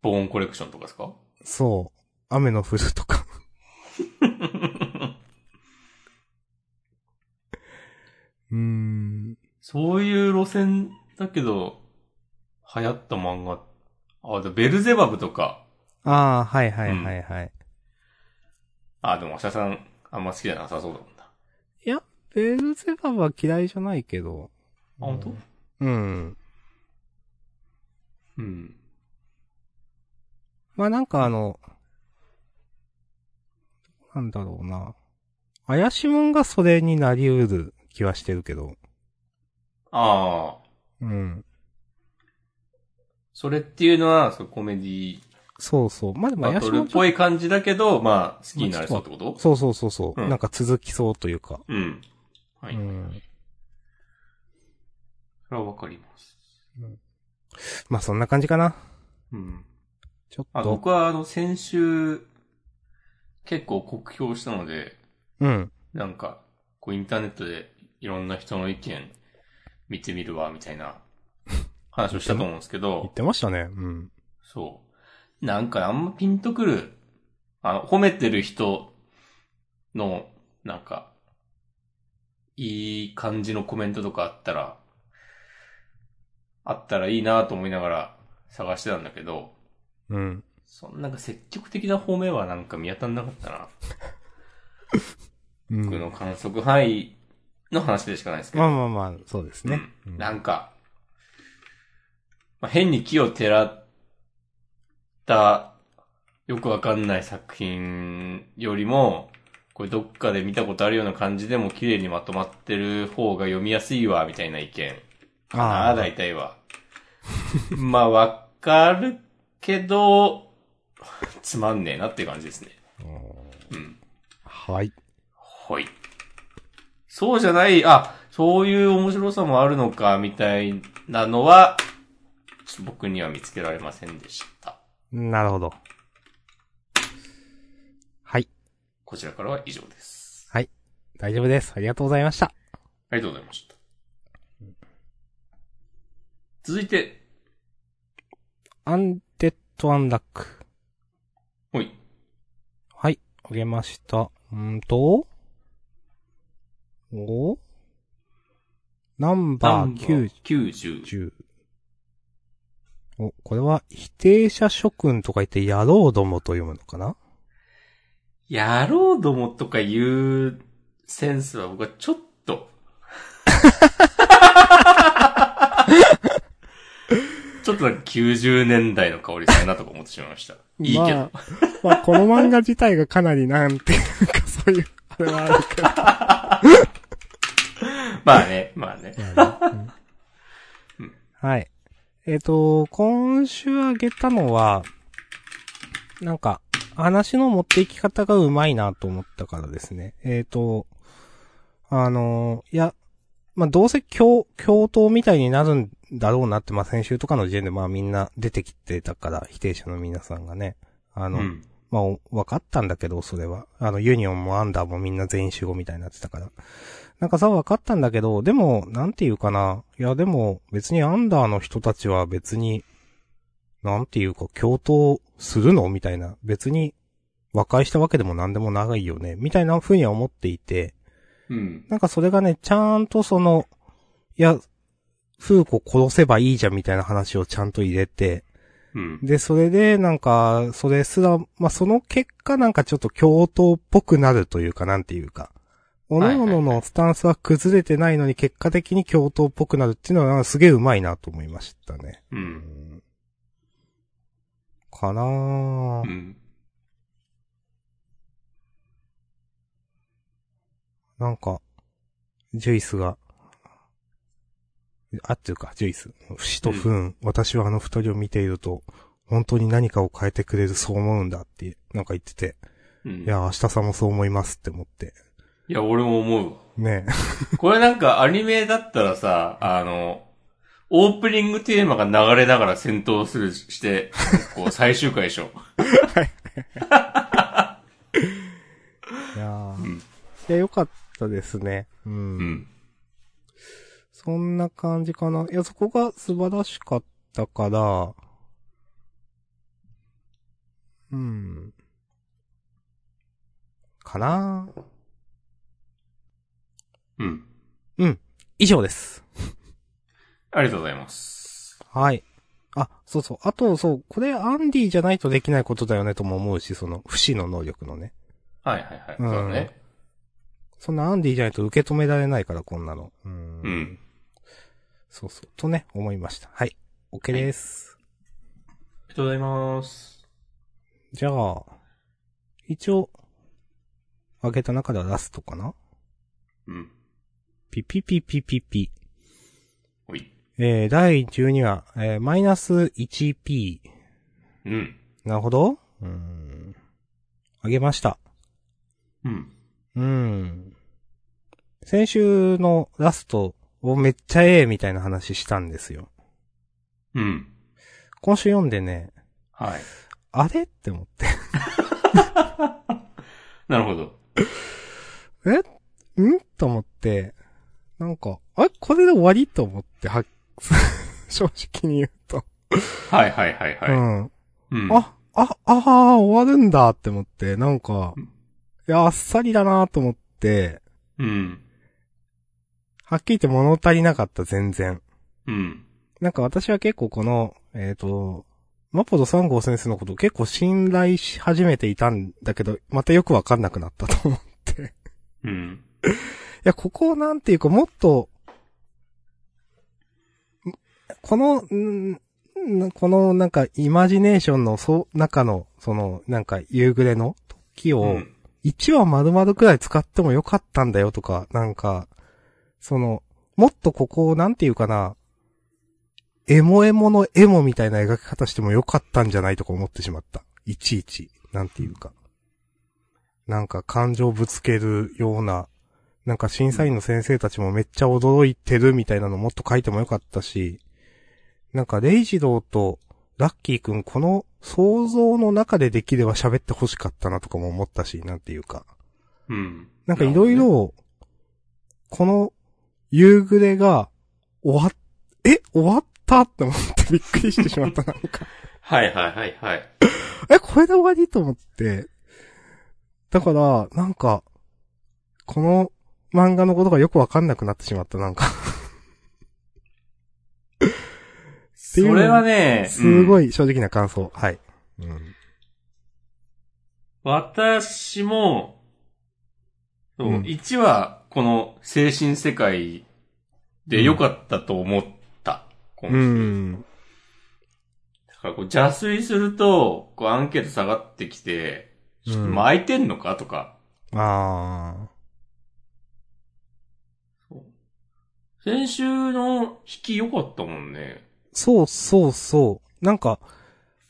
ボーンコレクションとかです かそう。雨の降るとか。うーん。そういう路線だけど、流行った漫画。あ、でベルゼバブとか。ああ、はいはいはいはい。あ、でも、アシャさん、あんま好きじゃなさそうだもんな。あ、ベルゼバブは嫌いじゃないけど。本当？うん。うん。まあなんかあの、なんだろうな。怪しもんがそれになりうる気はしてるけど。ああ、うん。それっていうのは、そうコメディそうそう。まあでもバ怪トしルもっんぽい感じだけど、まあ、好きになれそうってことそうそうそうそう、うんなんか続きそうというか。うん。はうい。ん。それはわかります。まあそんな感じかな。うん。ちょあっと、僕はあの、先週、結構酷評したので、うん。なんか、こうインターネットでいろんな人の意見見てみるわ、みたいな話をしたと思うんですけ言っど、てましたね。うん。そう。なんかあんまピンとくる、あの、褒めてる人の、なんか、いい感じのコメントとかあったら、あったらいいなと思いながら探してたんだけど、うん。そんなんか積極的な褒めはなんか見当たんなかったな。うん。僕の観測範囲の話でしかないですけど。まあまあまあ、そうですね。ううんんなんか、まあ、変に木を照らった、よくわかんない作品よりも、これどっかで見たことあるような感じでも綺麗にまとまってる方が読みやすいわ、みたいな意見。ああ、ああ、大体は。 まあ、わかるけど、つまんねえなっていう感じですね。うん。はい。はい。そうじゃない、あ、そういう面白さもあるのか、みたいなのは、ちょっと僕には見つけられませんでした。なるほど。はい。こちらからは以上です。大丈夫です。ありがとうございました。ありがとうございました。続いて、アンデッドアンラック。ほい。はい、あげました。んーと、おナンバー90。 90。お、これは、否定者諸君とか言って、野郎どもと読むのかなやろうどもとか言うセンスは僕はちょっ と。ちょっとなんか90年代の香りするなとか思ってしまいました。いいけど。まあ、まあ、この漫画自体がかなりなんていうか、そういう、あれはあるけどまあね、まあね。はい。えっ、と、今週あげたのは、なんか、話の持っていき方がうまいなと思ったからですね。えっ、と、あの、いや、まあ、どうせ共、共闘みたいになるんだろうなって、まあ、先週とかの時点で、まあ、みんな出てきてたから、否定者の皆さんがね。あうの、ん。まあ、お分かったんだけど、それは。あの、ユニオンもアンダーもみんな全員集合みたいになってたから。なんかさ、分かったんだけど、でも、なんていうかな。いや、でも、別にアンダーの人たちは別に、なんていうか、共闘するのみたいな。別に、和解したわけでも何でも長いよね。みたいな風には思っていて、うん。なんかそれがね、ちゃんとその、いや、フーコ殺せばいいじゃんみたいな話をちゃんと入れて、うん。で、それで、なんか、それすら、まあ、その結果、なんかちょっと共闘っぽくなるというか、なんていうか。各はいはい々のスタンスは崩れてないのに、結果的に共闘っぽくなるっていうのは、なんかすげえうまいなと思いましたね。う。うんんかなうぁ。ん。なんか、ジュイスが、あっていうか、ジュイス。不死と不運。私はあの二人を見ていると、本当に何かを変えてくれる、そう思うんだって、なんか言ってて。うんいや、明日さんもそう思いますって思って。いや、俺も思うわ。ねこれなんかアニメだったらさ、あの、オープニングテーマが流れながら戦闘する、して、こう、最終回でしょ。え。いやーうんいや、よかったですね。うん。うん。そんな感じかな。いや、そこが素晴らしかったから、うん。かなうん。以上です。ありがとうございます。はい。あ、そうそう。あと、そう、これアンディじゃないとできないことだよねとも思うし、その、不死の能力のね。はいはいはい。うんそうだね。そんなアンディじゃないと受け止められないから、こんなの。うんうん。そうそう。とね、思いました。はい。OK です。ありがとうございます。じゃあ、一応、あげた中ではラストかなうん。ピピピピピピ。ほい。えー、第12話、えー、マイナス 1p。うん。なるほど。うーん。あげました。うん。うーん。先週のラストをめっちゃええみたいな話したんですよ。うん。今週読んでね、はい。あれって思って。 なるほど。えんと思って、なんか、あれこれで終わりと思って、 は、正直に言うと。はいはいはいうはん。い。うん。あ、あ、ああ、終わるんだって思って、なんかうん、いや、あっさりだなと思って、うん。はっきり言って物足りなかった、全然。うん。なんか私は結構この、えっ、と、マポド3号先生のことを結構信頼し始めていたんだけど、またよくわかんなくなったと思って。いうん。や、ここをなんていうか、もっと、んこの、んんこのなんかイマジネーションのそ中の、その、なんか夕暮れの時を、うん1話丸々くらい使ってもよかったんだよとか、なんか、その、もっとここをなんていうかな、エモエモのエモみたいな描き方してもよかったんじゃないとか思ってしまった。いちいち。なんていうか。なんか感情ぶつけるような、なんか審査員の先生たちもめっちゃ驚いてるみたいなのもっと書いてもよかったし、なんかレイジローとラッキーくんこの想像の中でできれば喋ってほしかったなとかも思ったし、なんていうか。うん。なんかいろいろ、この夕暮れが終わっ、え終わったって思ってびっくりしてしまった。なん か、はいはいはいはい。え、これで終わりと思って。だから、なんか、この漫画のことがよくわかんなくなってしまった、なんか。それはね、すごい。い正直な感想。はい。うん。私も、そううん1話、この精神世界で良かったと思った。今う週ん。だからこう邪推すると、こうアンケート下がってきて、ちょっと巻いてんのかとか、ああ。先週の引き良かったもんね。そうそうそう。なんか、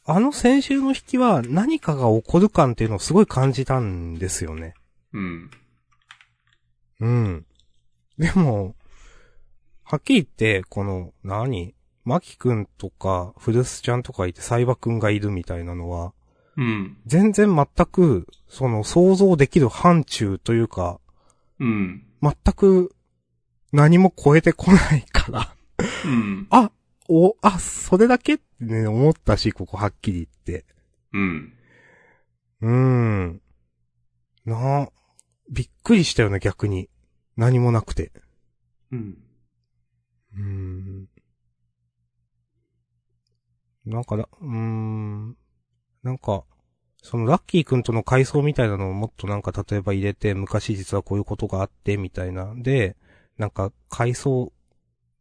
あの先週の引きは何かが起こる感っていうのをすごい感じたんですよね。うん。うん。でも、はっきり言って、この、何マキ君とか、古巣ちゃんとかいて、サイバ君がいるみたいなのは、うん。全然全く、その、想像できる範疇というか、うん。全く、何も超えてこないから。うん。お、あ、それだけってね、思ったし、ここはっきり言って。うん。うーん。なあ、びっくりしたよね、逆に。何もなくて。うん。うーん。なんかだ、うーん。なんか、そのラッキーくんとの回想みたいなのをもっとなんか例えば入れて、昔実はこういうことがあって、みたいな。で、なんか回想、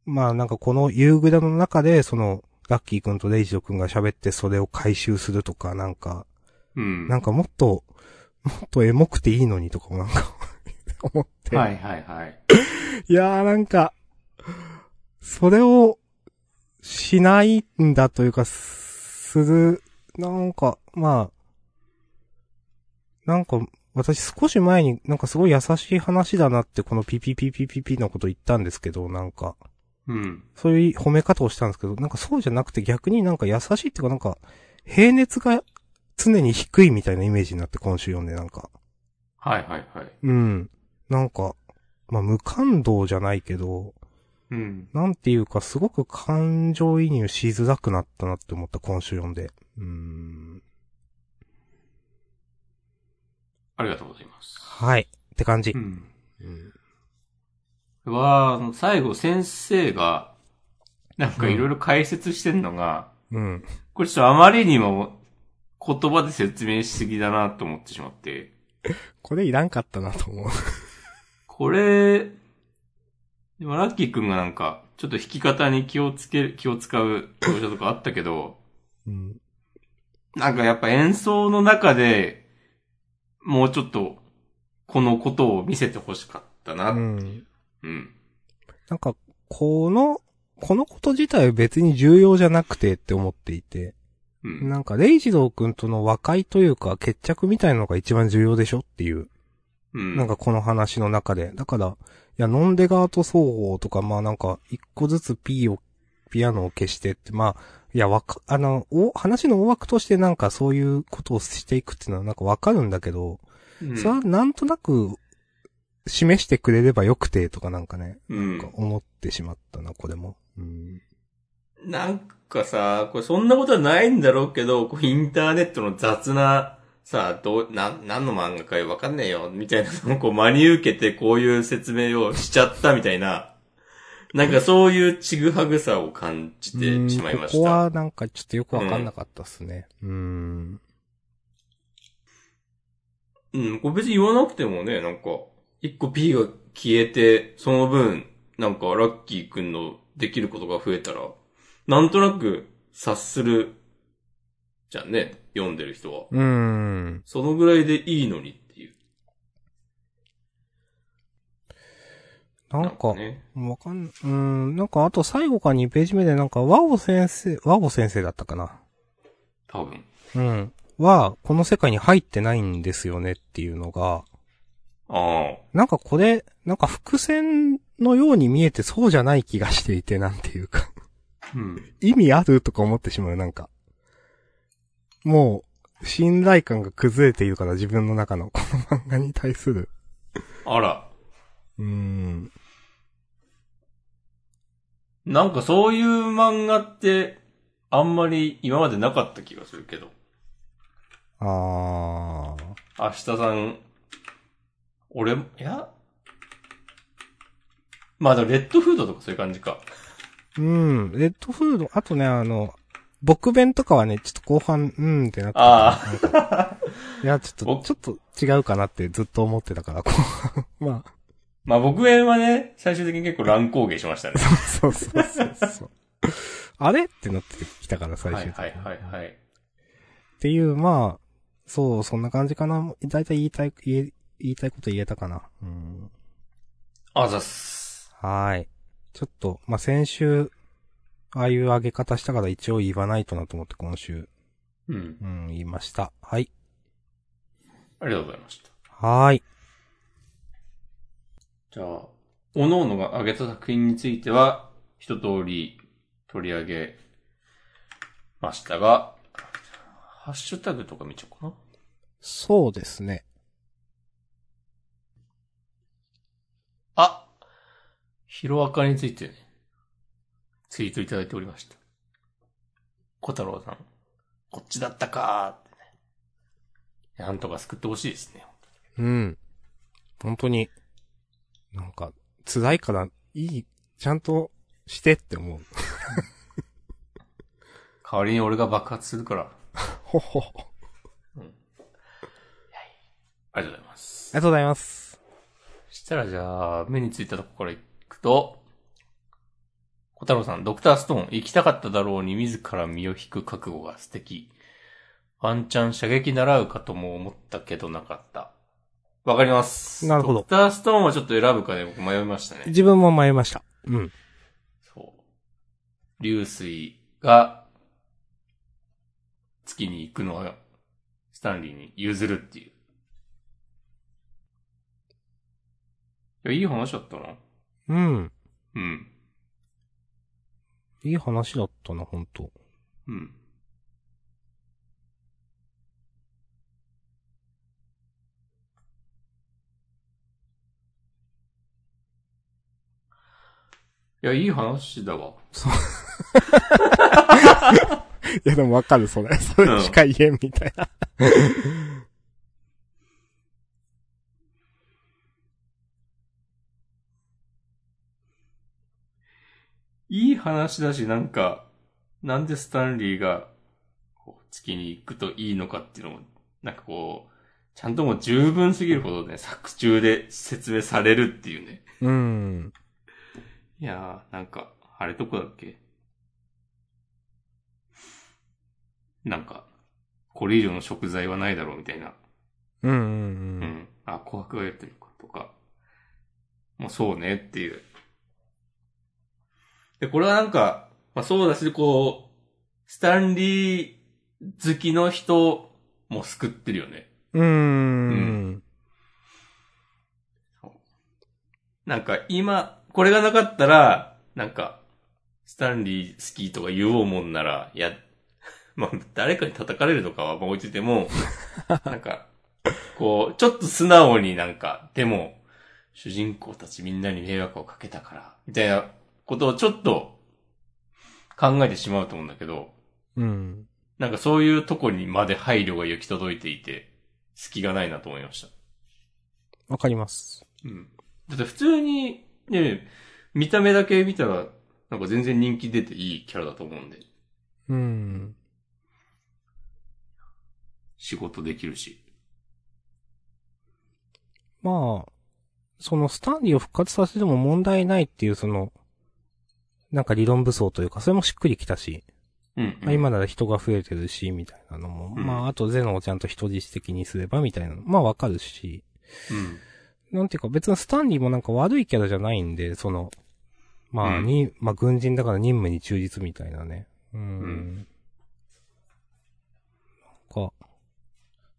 まあなんかこの夕暮れの中で、その、ラッキーくんとレイジドくんが喋ってそれを回収するとか、なんか、うん。なんかもっと、もっとエモくていいのにとかもなんか、思って。はいはいはい。 い、やーなんか、それをしないんだというか、する、なんか、まあ、なんか、私少し前になんかすごい優しい話だなってこのピピピピピピのこと言ったんですけど、なんか、うん。そういう褒め方をしたんですけど、なんかそうじゃなくて逆になんか優しいっていうかなんか、平熱が常に低いみたいなイメージになって今週読んでなんか。はいはいはい。うん。なんか、まあ、無感動じゃないけど、うん。なんていうか、すごく感情移入しづらくなったなって思った、今週読んで。うーん。ありがとうございます。はい。って感じ。うん。うん。は、その最後先生が、なんかいろいろ解説してんのが、うん。これちょっとあまりにも言葉で説明しすぎだなと思ってしまって、これいらんかったなと思う。これ、でもラッキーくんがなんか、ちょっと弾き方に気をつける、気を使う描写とかあったけど、 うん。なんかやっぱ演奏の中で、もうちょっと、このことを見せてほしかったな。ううん。ん。なんか、この、このこと自体は別に重要じゃなくてって思っていて、うん。なんか、レイジドー君との和解というか、決着みたいなのが一番重要でしょっていう。うん。なんかこの話の中で。だから、いや、飲んで側と双方とか、まあなんか、一個ずつ P を、ピアノを消してって、まあ、いや、わか、あの、お、話の大枠としてなんかそういうことをしていくっていうのはなんかわかるんだけど、うんそれはなんとなく、示してくれればよくてとかなんかね、うんなんか思ってしまったな、これも。うん。なんかさ、これそんなことはないんだろうけど、こうインターネットの雑な、さ、どう、な、何の漫画かわかんねえよ、みたいなのをこう真に受けてこういう説明をしちゃったみたいな、なんかそういうちぐはぐさを感じてしまいました。うんここはなんかちょっとよくわかんなかったっすね。うん。うん、これ別に言わなくてもね、なんか、一個 P が消えて、その分、なんかラッキーくんのできることが増えたら、なんとなく察する、じゃんね、読んでる人は。うん。そのぐらいでいいのにっていう。なんか、ね。わかん、うん、なんかあと最後か2ページ目でなんか、和尾先生、和尾先生だったかな。多分。うん。は、この世界に入ってないんですよねっていうのが、あなんかこれ、なんか伏線のように見えてそうじゃない気がしていて、なんていうか、あ。うん。意味あるとか思ってしまう、なんか。もう、信頼感が崩れているから、自分の中の、この漫画に対する。あら。うーん。なんかそういう漫画って、あんまり今までなかった気がするけど。あー。明日さん、俺も、いや。まあでも、レッドフードとかそういう感じか。うん。レッドフード、あとね、あの、僕弁とかはね、ちょっと後半、うんってなって。あなんかいや、ちょっと、僕ちょっと違うかなってずっと思ってたから、後半。 まあ、まあ僕園はね、最終的に結構乱高下しましたね。そうそうそうそう。あれってなってきたから、最は終い的に。はいはいはい。っていう、まあ、そう、そんな感じかな。だいたい言いたい、言え、言いたいこと言えたかな。うん。あざっす。はーい。ちょっと、まあ、先週、ああいう上げ方したから一応言わないとなと思って今週、うん。うん、言いました。はい。ありがとうございました。はーい。じゃあ、各々が挙げた作品については、一通り取り上げましたが、ハッシュタグとか見ちゃおうかそうですね。な。あヒロアカについてね、ツイートいただいておりました。小太郎さん、こっちだったかーってね。いやなんとか救ってほしいですね。うん。本当に、なんか、辛いから、いい、ちゃんとしてって思う。代わりに俺が爆発するから。あほほほ。ありがとうございます。りがとうございます。したらじゃあ、目についたとこから行くと、小太郎さん、ドクターストーン、行きたかっただろうに自ら身を引く覚悟が素敵。ワンチャン射撃習うかとも思ったけどなかった。わかります。なるほどドクターストーンはちょっと選ぶかで僕迷いましたね。自分も迷いました。うん。そう。流水が、月に行くのは、スタンリーに譲るっていう。いや、いい話だったな。うん。うん。いい話だったな、本当うん。いや、いい話だわ。いや、でもわかる、それ。それしか言えんみたいな。いい話だし、なんか、なんでスタンリーが、こう月に行くといいのかっていうのも、なんかこう、ちゃんともう十分すぎるほどね、作中で説明されるっていうね。うん。いやー、なんか、あれどこだっけなんか、これ以上の食材はないだろうみたいな。うん、う、うんうん。ん。あ、琥珀がやってるのかとか。もうそうねっていう。で、これはなんか、まあそうだし、こう、スタンリー好きの人も救ってるよね。うーん。なんか今、これがなかったら、なんか、スタンリースキーとか言おうもんなら、いや、 まあ、誰かに叩かれるとかはまあ置いてても、なんか、こう、ちょっと素直になんか、でも、主人公たちみんなに迷惑をかけたから、みたいなことをちょっと考えてしまうと思うんだけど、うん。なんかそういうとこにまで配慮が行き届いていて、隙がないなと思いました。わかります。うん。だって普通に、ね、見た目だけ見たら、なんか全然人気出ていいキャラだと思うんで、うん。仕事できるし。まあ、そのスタンリーを復活させても問題ないっていうその、なんか理論武装というか、それもしっくりきたし、うん、まあ今なら人が増えてるし、みたいなのも、うんまああとゼノをちゃんと人質的にすれば、みたいなの、まあわかるし、うん。なんていうか別にスタンリーもなんか悪いキャラじゃないんで、その、まあ、うんに、まあ軍人だから任務に忠実みたいなね。うん。うんなんか、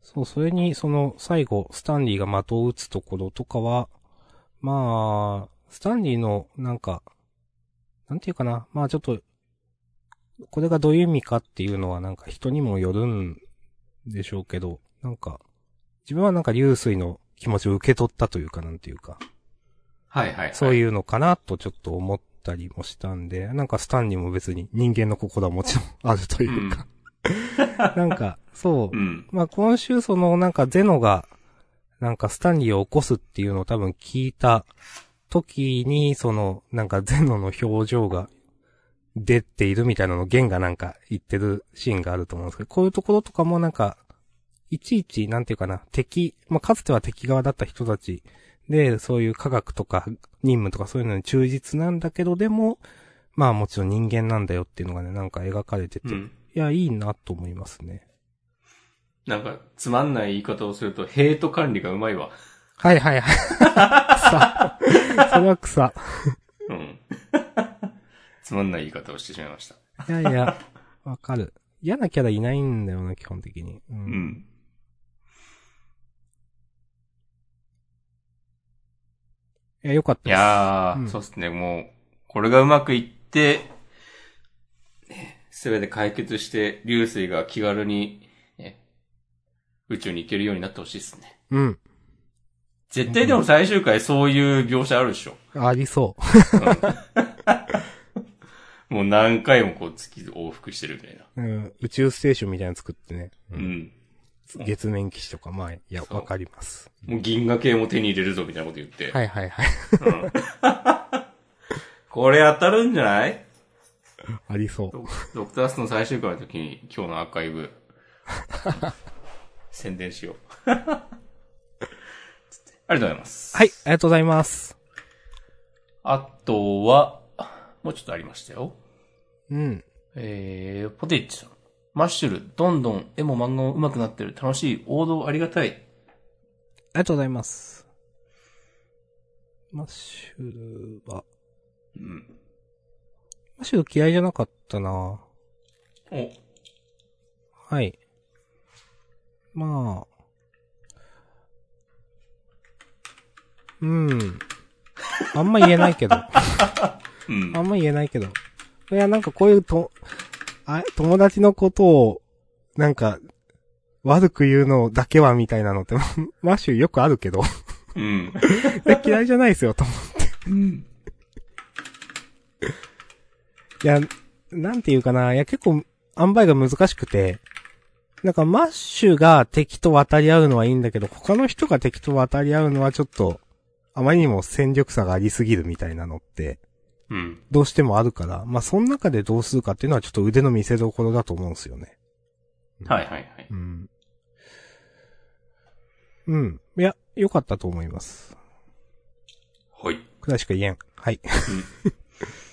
そう、それにその最後、スタンリーが的を打つところとかは、まあ、スタンリーのなんか、なんていうかな、まあちょっと、これがどういう意味かっていうのはなんか人にもよるんでしょうけど、なんか、自分はなんか流水の気持ちを受け取ったというか、なんていうか、はいはい、はい。そういうのかなとちょっと思ったりもしたんで、なんかスタンにも別に人間の心はもちろんあるというか、なんか、そうう、ん。まあ今週そのなんかゼノが、なんかスタンリーを起こすっていうのを多分聞いた時に、そのなんかゼノの表情が出ているみたいなのをゲンがなんか言ってるシーンがあると思うんですけど、こういうところとかもなんか、いちいちなんていうかな、敵、まあかつては敵側だった人たちで、そういう科学とか任務とかそういうのに忠実なんだけど、でも、まあもちろん人間なんだよっていうのがね、なんか描かれてて、ういん。や、いいなと思いますね。なんか、つまんない言い方をすると、ヘイト管理がうまいわ。はい はいはい。草。それは草。うん。 つまんない言い方をしてしまいました。いやいや、わかる。嫌なキャラいないんだよな、基本的に。うん。うん。いや、よかっいたです。やー、うんそうっすね、もう、これがうまくいって、すべて解決して、流水が気軽に、ね、宇宙に行けるようになってほしいですね。うん。絶対でも最終回そういう描写あるでしょ。ありそう。もう何回もこう月往復してるみたいな。うん。宇宙ステーションみたいなの作ってね。う。うんん。月面基地とか、まあ、いや、そうわかります。もう銀河系も手に入れるぞみたいなこと言って。はいはい はい。これ当たるんじゃないありそう。ドドクターストの最終回の時に今日のアーカイ ブ、宣伝しよう。 つってありがとうございます。はい、ありがとうございます。あとは、もうちょっとありましたよ。うん。えー、ポテチさん。マッシュル、どんどん絵も漫画も上手くなってる。楽しい。王道ありがたい。ありがとうございます。マッシュルは、うん。マッシュル嫌いじゃなかったなお、はい。まあ。うん。あんま言えないけど。あうん。んま言えないけど。いや、なんかこういうと、あ友達のことを、なんか、悪く言うのだけはみたいなのって、 まマッシュよくあるけど。 うん。で嫌いじゃないですよ、と思うん。いや、なんていうかな、いや結構、塩梅が難しくて、なんかマッシュが敵と渡り合うのはいいんだけど、他の人が敵と渡り合うのはちょっと、あまりにも戦力差がありすぎるみたいなのって、うん。どうしてもあるから、まあその中でどうするかっていうのはちょっと腕の見せ所だと思うんですよね。はいはいはい。うん。うん。いや、良かったと思います。はい。くらいしか言えん。はい。 あ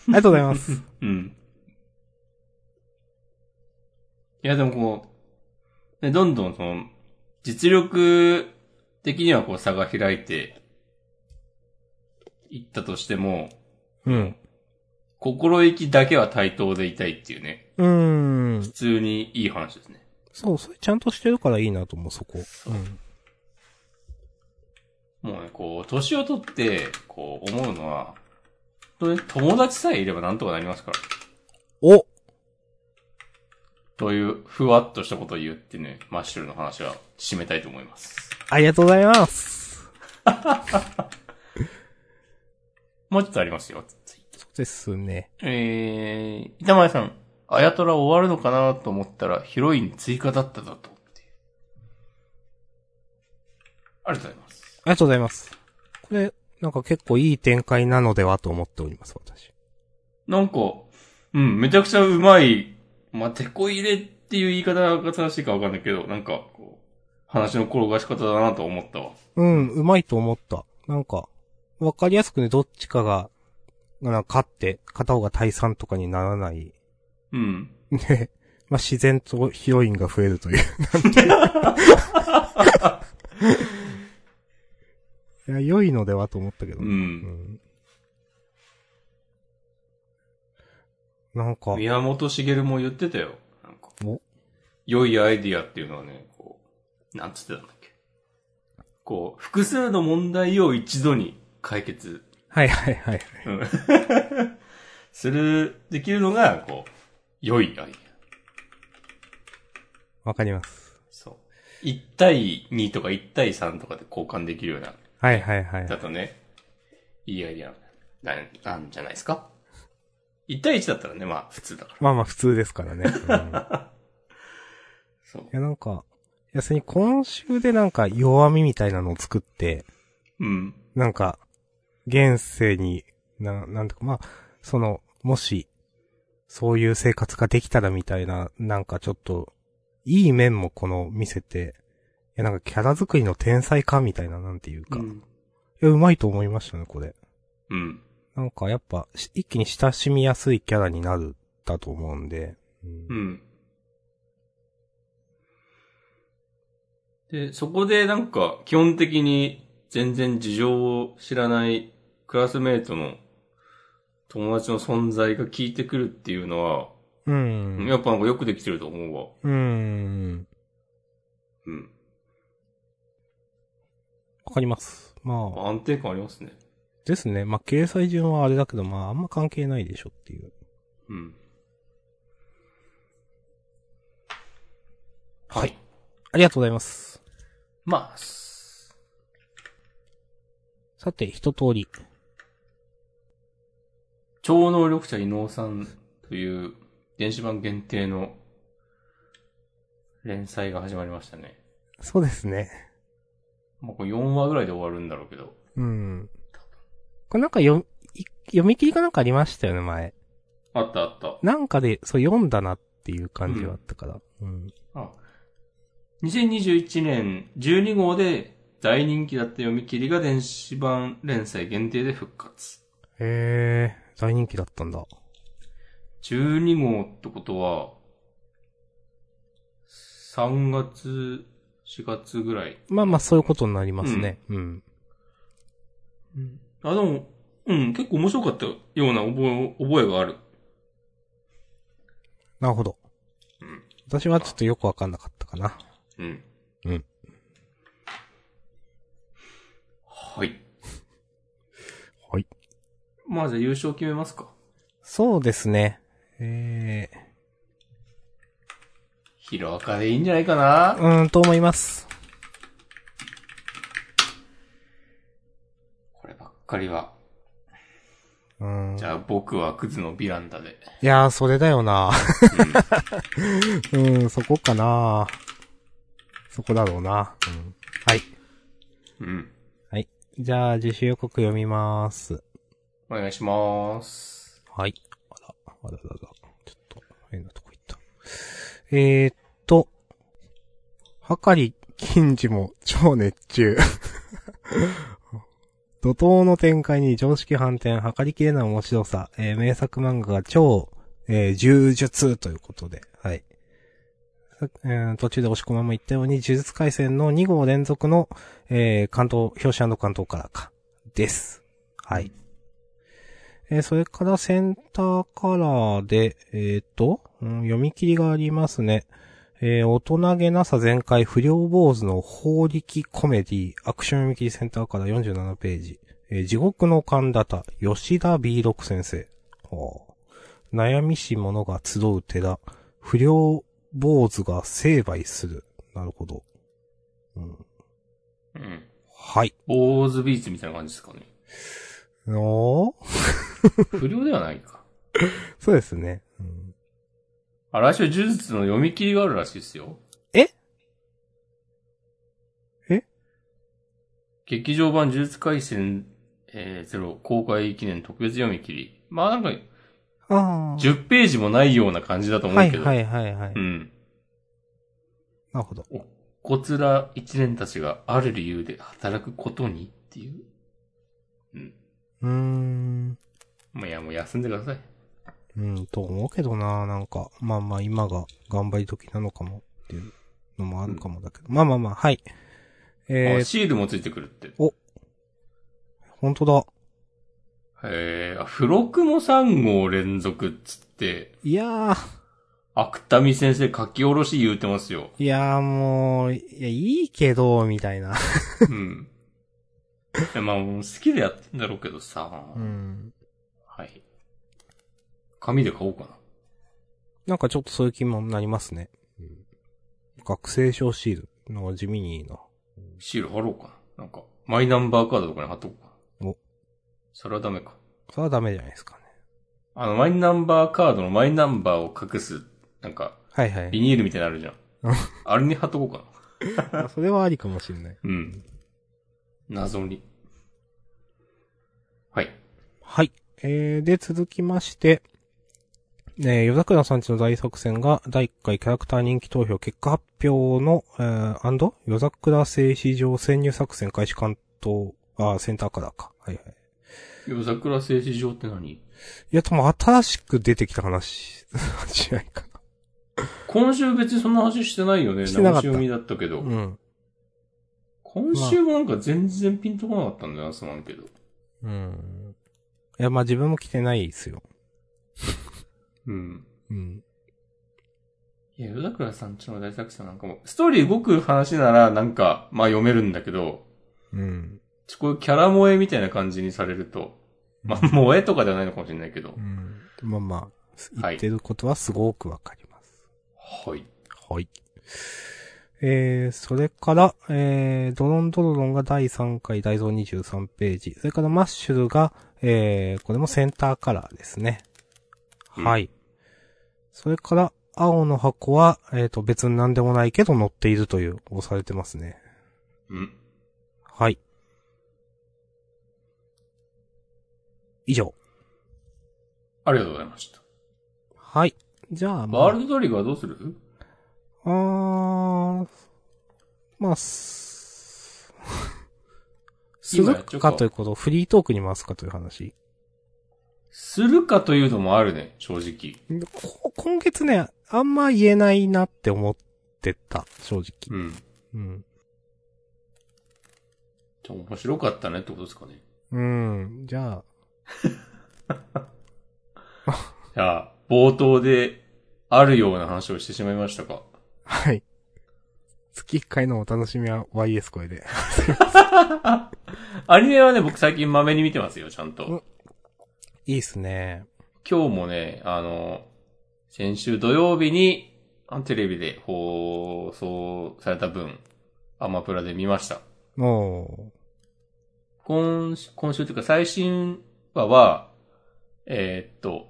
りがとうございます。うん。いや、でもこう、ね、どんどんその、実力的にはこう差が開いていったとしても、うん。心意気だけは対等でいたいっていうね、うーん普。通にいい話ですね。そう、それちゃんとしてるからいいなと思う、そこ。うん。もうね、こう、年を取って、こう、思うのは、本当に友達さえいればなんとかなりますから。おという、ふわっとしたことを言ってね、マッシュルの話は締めたいと思います。ありがとうございます。もうちょっとありますよ。そうですね。えー、板前さん、あやとら終わるのかなと思ったら、ヒロイン追加だっただと。ありがとうございます。ありがとうございます。これ、なんか結構いい展開なのではと思っております、私。なんか、うん、めちゃくちゃうまい、まあ、てこ入れっていう言い方が正しいかわかんないけど、なんか、こう、話の転がし方だなと思ったわ。うん、うまいと思った。なんか、わかりやすくね、どっちかが、なんか勝って、片方が退散とかにならない。うん。ね。まあ、自然とヒロインが増えるという。なんていういや、良いのではと思ったけどうね。ん。うんなんか、宮本茂も言ってたよ。なんかお、良いアイディアっていうのはね、こう、なんつってたんだっけ。こう、複数の問題を一度に解決、はいはいはい。うんする、できるのが、こう、良いアイディア。わかります。そう。1対2とか1対3とかで交換できるような、はいはいはい。だとね、いいアイディアなんなんじゃないですか。1対1だったらね、まあ、普通だから。まあまあ普通ですからね。うんそうい。や、なんか、いや、それに今週でなんか弱みみたいなのを作って、うん。なんか、現世に、な、なんとか、まあ、その、もし、そういう生活ができたらみたいな、なんかちょっと、いい面もこの見せて、いや、なんかキャラ作りの天才かみたいな、なんていうか、ういん。や、うまいと思いましたね、これ。うん。なんかやっぱ、し一気に親しみやすいキャラになる、だと思うんで、うんうん。で、そこでなんか、基本的に全然事情を知らないクラスメイトの友達の存在が聞いてくるっていうのは、うん。やっぱなんかよくできてると思うわ。うん。うん。わかります。まあ。安定感ありますね。ですね。まあ、掲載順はあれだけど、まあ、あんま関係ないでしょっていう。うん。はい。ありがとうございます。まあ、すさて、一通り。超能力者伊能さんという電子版限定の連載が始まりましたね。そうですね。まあ、これ4話ぐらいで終わるんだろうけど。うん。これなんか読み、い読み切りがなんかありましたよね、前。あったあった。なんかで、そう読んだなっていう感じはあったから。うん。あ2021年12号で大人気だった読み切りが電子版連載限定で復活。へー、大人気だったんだ。 12号ってことは、3月、4月ぐらい。まあまあ、そういうことになりますね。うん。あ、でも、うん、結構面白かったような覚え、覚えがある。なるほど。うん私はちょっとよくわかんなかったかな。うん。うん。はい。はい。まあじゃあ優勝決めますか。そうですね。えヒロアカでいいんじゃないかなー、うーん、と思います。こればっかりは。うん。じゃあ僕はクズのヴィランダで。いやー、それだよな。 うん、そこかな。そこだろうな。うん、はい。うん。じゃあ、自主予告読みます。お願いします。はい。あら、あららら。ちょっと、変なとこ行った。えーっと、はかり金次も超熱中。 怒涛の展開に常識反転、測りきれない面白さ、えー名作漫画が超、えー柔術ということで、はい。さえー途中で押し込まんも言ったように、呪術回戦の2号連続の、えー関東、表紙関東からか、です。はい。えーそれからセンターカラーで、えっ、と、うん読み切りがありますね。えー大人げなさ全開不良坊主の法力コメディ、アクション読み切りセンターカラー47ページ。えー地獄の神田田、吉田 B6 先生。はあ悩みし者が集う寺、不良坊主が成敗する。なるほど。うん。うん。はい。オーズビーツみたいな感じですかね。おー不良ではないか。そうですね。うん、あ、来週呪術の読み切りがあるらしいですよ。ええ劇場版呪術廻戦、えー、ゼロ公開記念特別読み切り。まあなんか、ああ。 10ページもないような感じだと思はういけど。はいはいはい。うん。なるほど。こつら一年たちがある理由で働くことにっていう。うーん。まあいや、もう休んでください。うん、と思うけどな、なんか。まあまあ、今が頑張り時なのかもっていうのもあるかもだけど。まあまあまあ、はい。えあー、シールもついてくるって。本当だ。えー、あ付録も3号連続っつって、いやー、芥見先生書き下ろし言うてますよ。いやーもう、いや、いいけど、みたいな。うん。いやまあ、もう好きでやってんだろうけどさ。うん。はい。紙で買おうかな。なんかちょっとそういう気もなりますね。学生証シール。なんか地味にいいな。シール貼ろうかな。なんか、マイナンバーカードとかに貼っとこうかな。お。それはダメか。それはダメじゃないですかね。あの、マイナンバーカードのマイナンバーを隠す、なんか、はいはビい。ニールみたいなのあるじゃ んうん。あれに貼っとこうかな。それはありかもしれない。うん。謎に。はい。はい。えー、で、続きまして、えー、夜桜さんちの大作戦が、第1回キャラクター人気投票結果発表の、えー、アンド夜桜製市場潜入作戦開始関東、あー、センターからか。はいはい。夜桜製糸場って何いや、でも新しく出てきた話、 しないか今週別にそんな話してないよね。してなかった生読みだったけど。な。うん。今週もなんか全然ピンとこなかったんだよな、すまんけど。うん。いや、まあ自分も来てないですよ。うん。うん。いや、夜桜さんちの大作戦なんかも、ストーリー動く話ならなんか、まあ読めるんだけど、うん。ちょこういうキャラ萌えみたいな感じにされると、まあ萌えとかではないのかもしれないけどう。ん。まあまあ、は言いってることはすごくわかります。はい。はい。えー、それから、えー、ドロンドロロンが第3回、大蔵23ページ。それからマッシュルが、えー、これもセンターカラーですね。うんはい。それから、青の箱は、えっ、と、別に何でもないけど乗っているという、押されてますね。うん。はい。以上。ありがとうございました。はい。じゃあ、まあワールドトリガーどうするあー、まあ、す、す今るやっちゃうかかということをフリートークに回すかという話。するかというのもあるね、正直。こ今月ね、あんま言えないなって思ってた、正直。うん。うん。じゃあ面白かったねってことですかね。うん、じゃあ、じゃあ、冒頭で、あるような話をしてしまいましたか。はい。月1回のお楽しみは YS 声で。アニメはね、僕最近まめに見てますよ、ちゃんうんと。いいっすね。今日もね、あの、先週土曜日に、あのテレビで放送された分、アマプラで見ました。も今週、今週というか最新話は、えーっと、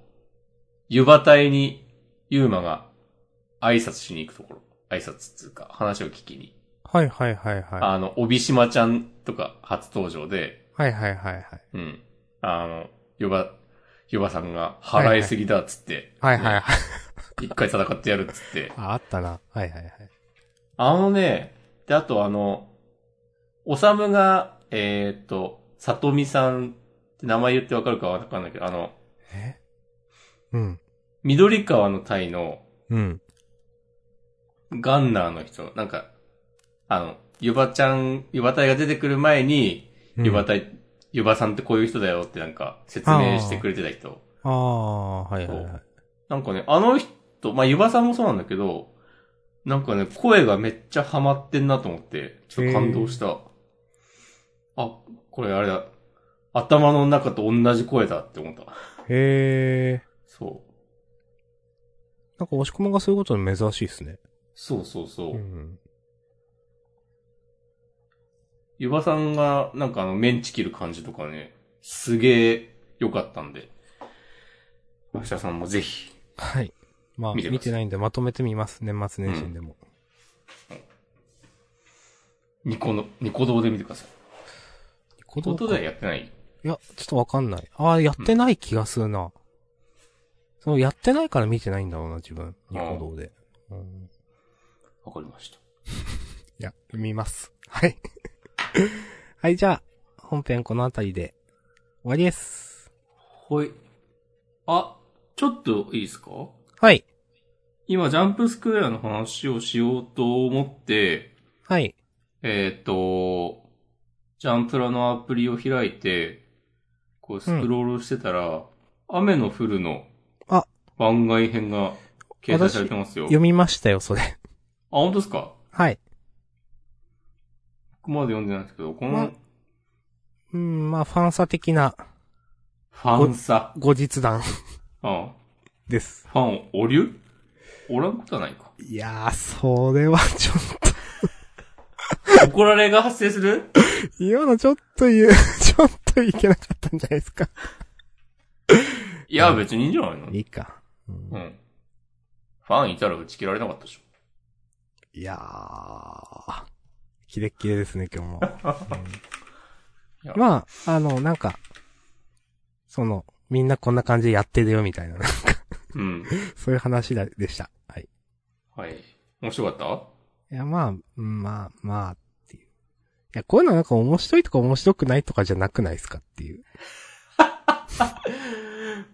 湯葉隊にユーマが挨拶しに行くところ。挨拶っていうか、話を聞きに。う、はいはいはいはあの、帯島ちゃんとか初登場で、い。はいはいはいはい。うん。あの、湯葉、湯葉さんが払いすぎだっつって、はいはいはい。一回戦ってやるっつって。あ、あったな。はいはいはい。あのね、で、あとあの、おさむが、えーっと、さとみさんって名前言ってわかるかわかんないけど、あの、えうん。緑川の隊のうん。ガンナーの人、なんか、あの、ゆばちゃん、ゆば隊が出てくる前に、うんゆば隊、ゆばさんってこういう人だよってなんか説明してくれてた人。ああ、はいはいはい。なんかね、あの人、まあ、ゆばさんもそうなんだけど、なんかね、声がめっちゃハマってんなと思って、ちょっと感動した。あ、これあれだ。頭の中と同じ声だって思った。へえ。そう。なんか押し込まがそういうこと珍しいですね。そうそうそうう。ん。湯葉さんが、なんかあの、メンチ切る感じとかね、すげえ良かったんで、明日さんもぜひ。はい。まあ、見見ててますないんでまとめてみます。年末年始にでも。ニコの、ニコ動で見てください。ニコ動音かではいやってないや、ちょっとわかんない。ああ、やってない気がするな。その、やってないから見てないんだろうな、自分。ニコ動で。うんわかりました。いや、見ます。はい。 はい、じゃあ、本編この辺りで終わりです。はい。あ、ちょっといいですかはい。今、ジャンプスクエアの話をしようと思って、はい。えっ、と、ジャンプラのアプリを開いて、こうスクロールしてたら、雨の降るのあ番外編が掲載されてますよ。読みましたよ、それ。あ、本当ですかはい。ここまで読んでないんですけど、こまのうん、まあ、ファンサ的なファンサ。後日談うん。です。ファンをおりゅおらんことはないか。いやー、それはちょっ怒られが発生すると、今のちょっと言う、 ちょっといけなかったんじゃないですか。いや、別にいいんじゃないのいいか。うんうん。ファンいたら打ち切られなかったでしょ。いやー、キレッキレですね、今日も。いやうんまあ、あの、なんか、その、みんなこんな感じでやってるよ、みたいな、 うん。そういう話だでした。はい。はい。面白かったいや、まあ、うんまあ、まあ、っていう。いや、こういうのはなんか面白いとか面白くないとかじゃなくないですかっていう。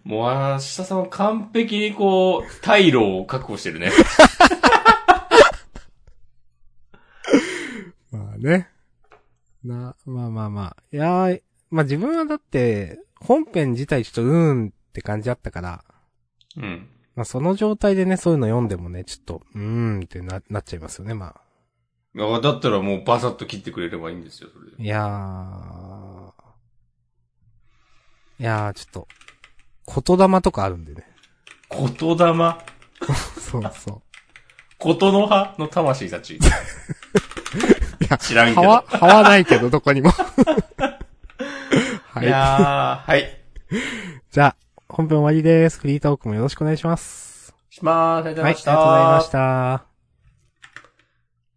もう、明日さんは完璧にこう、退路を確保してるね。まあね。な、まあまあまあ。いやー、まあ自分はだって、本編自体ちょっとうーんって感じだったから、うん。まあその状態でね、そういうの読んでもね、ちょっと、うーんってな、なっちゃいますよね、まあ。あだったらもうバサッと切ってくれればいいんですよ、それで。いやー。いやー、ちょっと、言霊とかあるんでね。言霊そうそ。ことの葉の魂たち。 いう知らんけどはわ、はわないけど、どこにも。はい。やー、はい。じゃあ、本編終わりです。フリートークもよろしくお願いします。しまーす。ありがとうございました。はい、ありがとうございました。